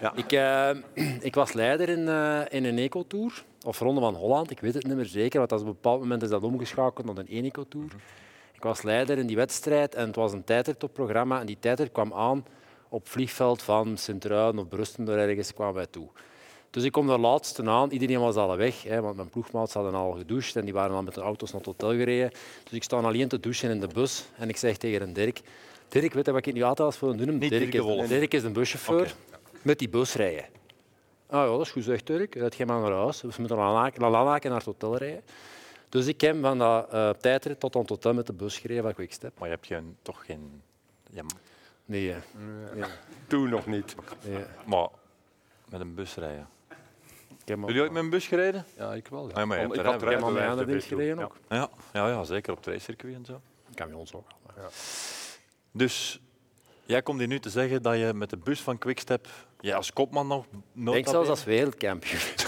D: Ja.
B: Ik, eh, ik was leider in, eh, in een ecotour. Of Ronde van Holland, ik weet het niet meer zeker. Want dat is op een bepaald moment is dat omgeschakeld tot een ecotour. Ik was leider in die wedstrijd en het was een tijdrit op programma. En die tijdrit kwam aan op vliegveld van Sint-Truiden of Brusten, daar ergens kwamen wij toe. Dus ik kom daar laatste aan. Iedereen was al weg, hè, want mijn ploegmaats hadden al gedoucht en die waren al met hun auto's naar het hotel gereden. Dus ik sta alleen te douchen in de bus en ik zeg tegen een Dirk... Dirk, weet je wat ik nu altijd als voor een doen?
A: Dirk de Wolf.
B: is, Dirk is een buschauffeur. Met die bus rijden. Ah ja, dat is goed zeg, Dirk. Dat gaat maar naar huis. Dus we moeten naar Lanaken- naar Lanaken naar het hotel rijden. Dus ik heb van dat eh, tijdrit tot aan het hotel met de bus gereden van Quickstep.
A: Maar je hebt geen, toch geen... Ja,
B: Nee, eh,
D: Toen nog niet.
B: nee.
A: maar met een bus rijden.
B: heb
A: Jullie ooit met een bus gereden?
D: Oh. Ja, ik wel. Ja.
A: Ah, maar je
D: Want
A: hebt
D: ik
A: er
D: had
A: rijbewijs.
D: rijbewijs
B: Ik heb al
D: erbij
B: mijn
D: toe.
B: gereden ook.
A: Ja, ja, ja zeker op tracecircuit en zo.
B: Camions ook. al, maar-
A: Dus jij komt hier nu te zeggen dat je met de bus van Quickstep, jij als kopman nog
B: Ik
A: nood
B: denk zelfs als wereldkampioen.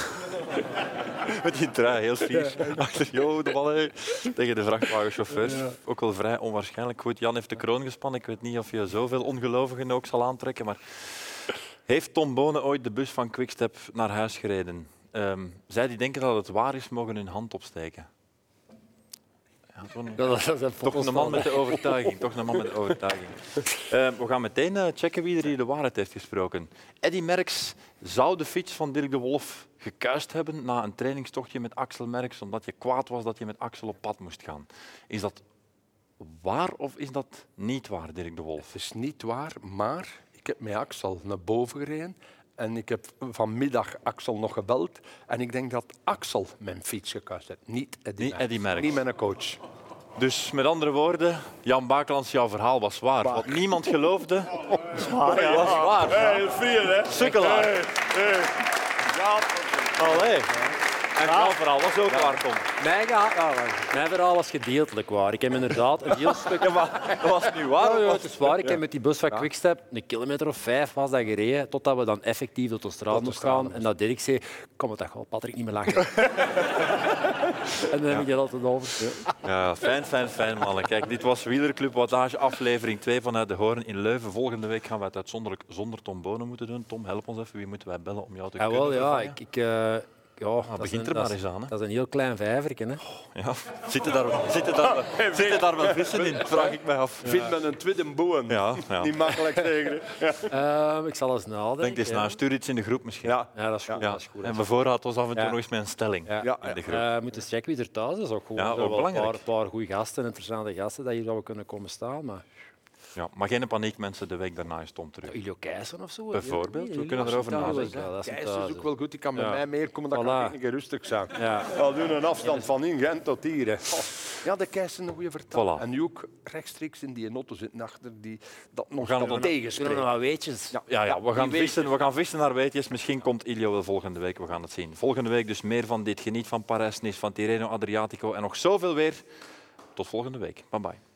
A: Met die trui, heel fier. Achter jou, de bal hey. tegen de vrachtwagenchauffeurs. Ook wel vrij onwaarschijnlijk. Goed, Jan heeft de kroon gespannen. Ik weet niet of je zoveel ongelovigen ook zal aantrekken. Maar heeft Tom Bonen ooit de bus van Quickstep naar huis gereden? Ehm, zij die denken dat het waar is, mogen hun hand opsteken. Ja, zo'n-
B: Dat, dat, dat
A: toch een man met de overtuiging. Toch een man met de overtuiging. Eh, we gaan meteen eh, checken wie er hier de waarheid heeft gesproken. Eddy Merckx zou de fiets van Dirk de Wolf gekuist hebben na een trainingstochtje met Axel Merckx, omdat je kwaad was dat je met Axel op pad moest gaan. Is dat waar of is dat niet waar, Dirk de Wolf?
D: Het is niet waar, maar ik heb mijn Axel naar boven gereden. En ik heb vanmiddag Axel nog gebeld. En ik denk dat Axel mijn fiets gekast heeft. Niet Eddy
A: Niet
D: Merckx.
A: Eddy Merckx.
D: Niet mijn coach.
A: Dus met andere woorden, Jan Bakelands, jouw verhaal was waar. Wat niemand geloofde, was waar.
L: Heel veel, hè?
A: Sukkelaar. Allee. En jouw verhaal was ook waar, Tom.
B: Mijn, geha- ja, wacht. mijn verhaal was gedeeltelijk waar. Ik heb inderdaad een heel stuk... Oh,
A: Dat was nu waar.
B: Ja, ja, het is waar. Ik heb met die bus van Quickstep een kilometer of vijf was dat gereden, totdat we dan effectief tot de straat moesten gaan. En dat Dirk zei, kom het toch wel, Patrick, niet meer lachen. en dan heb ik je altijd over.
A: Ja, fijn, fijn, fijn, mannen. Kijk, dit was Wielerclub Wattage, aflevering 2 vanuit de Hoorn in Leuven. Volgende week gaan we het uitzonderlijk zonder Tom Bonen moeten doen. Tom, help ons even. Wie moeten wij bellen om jou te
B: Ja,
A: kunnen
B: wel, ja.
A: vervangen?
B: Ik, ik, eh, ja dat is
A: Ah, begint
B: een-
A: er maar
B: dat is-
A: eens aan, hè.
B: Dat is een heel klein vijverken. Hè.
A: Ja, zitten daar, zitten daar, zitten daar wel vissen in? Vraag ik mij af.
D: Vindt men een tweede boeien.
A: Ja, ja.
D: Niet makkelijk tegen.
B: Ehm, ik zal eens nadenken.
A: Denk eens
B: ja.
A: na, stuur iets in de groep misschien.
D: Ja.
B: Ja, dat is goed.
A: Ja.
B: Dat is goed.
A: En bevoorraad ons af en toe
B: Ja.
A: nog eens met een stelling
B: Ja.
A: in de groep.
B: Eh, we moeten eens checken wie er thuis is. Ook gewoon
A: Ja,
B: Er zijn
A: ook
B: wel een paar,
A: belangrijk.
B: paar goede gasten, interessante gasten, dat hier zouden kunnen komen staan. Maar
A: Ja. Maar geen paniek, mensen. De week daarna is Tom terug.
B: Iljo Keijsen of zo?
A: Bijvoorbeeld, we
B: Iljo-
A: kunnen erover
B: Iljo-
A: nadenken.
B: Ja, dat is een
D: Kees
B: thuis,
A: dus.
D: is dus ook wel goed. Die kan met
B: Ja.
D: mij meer komen. Dan
B: Voilà.
D: kan ik een keer rustig zijn.
B: Ja.
D: Ja, doen een afstand van in Gent tot hier. hè. Oh, Ja, de Kees is een goede vertaler.
A: Voilà.
D: En nu ook rechtstreeks in die noten zitten achter die dat nog
A: gaan het nog-
B: We kunnen
D: tegenspreken.
B: nog wat weetjes.
A: Ja, ja, we, gaan
D: wie weet.
A: vissen, we gaan vissen naar weetjes. Misschien komt Ilio wel volgende week. We gaan het zien. Volgende week dus meer van dit. Geniet van Parijs, Nice, van Tirreno Adriatico en nog zoveel weer. Tot volgende week. Bye bye.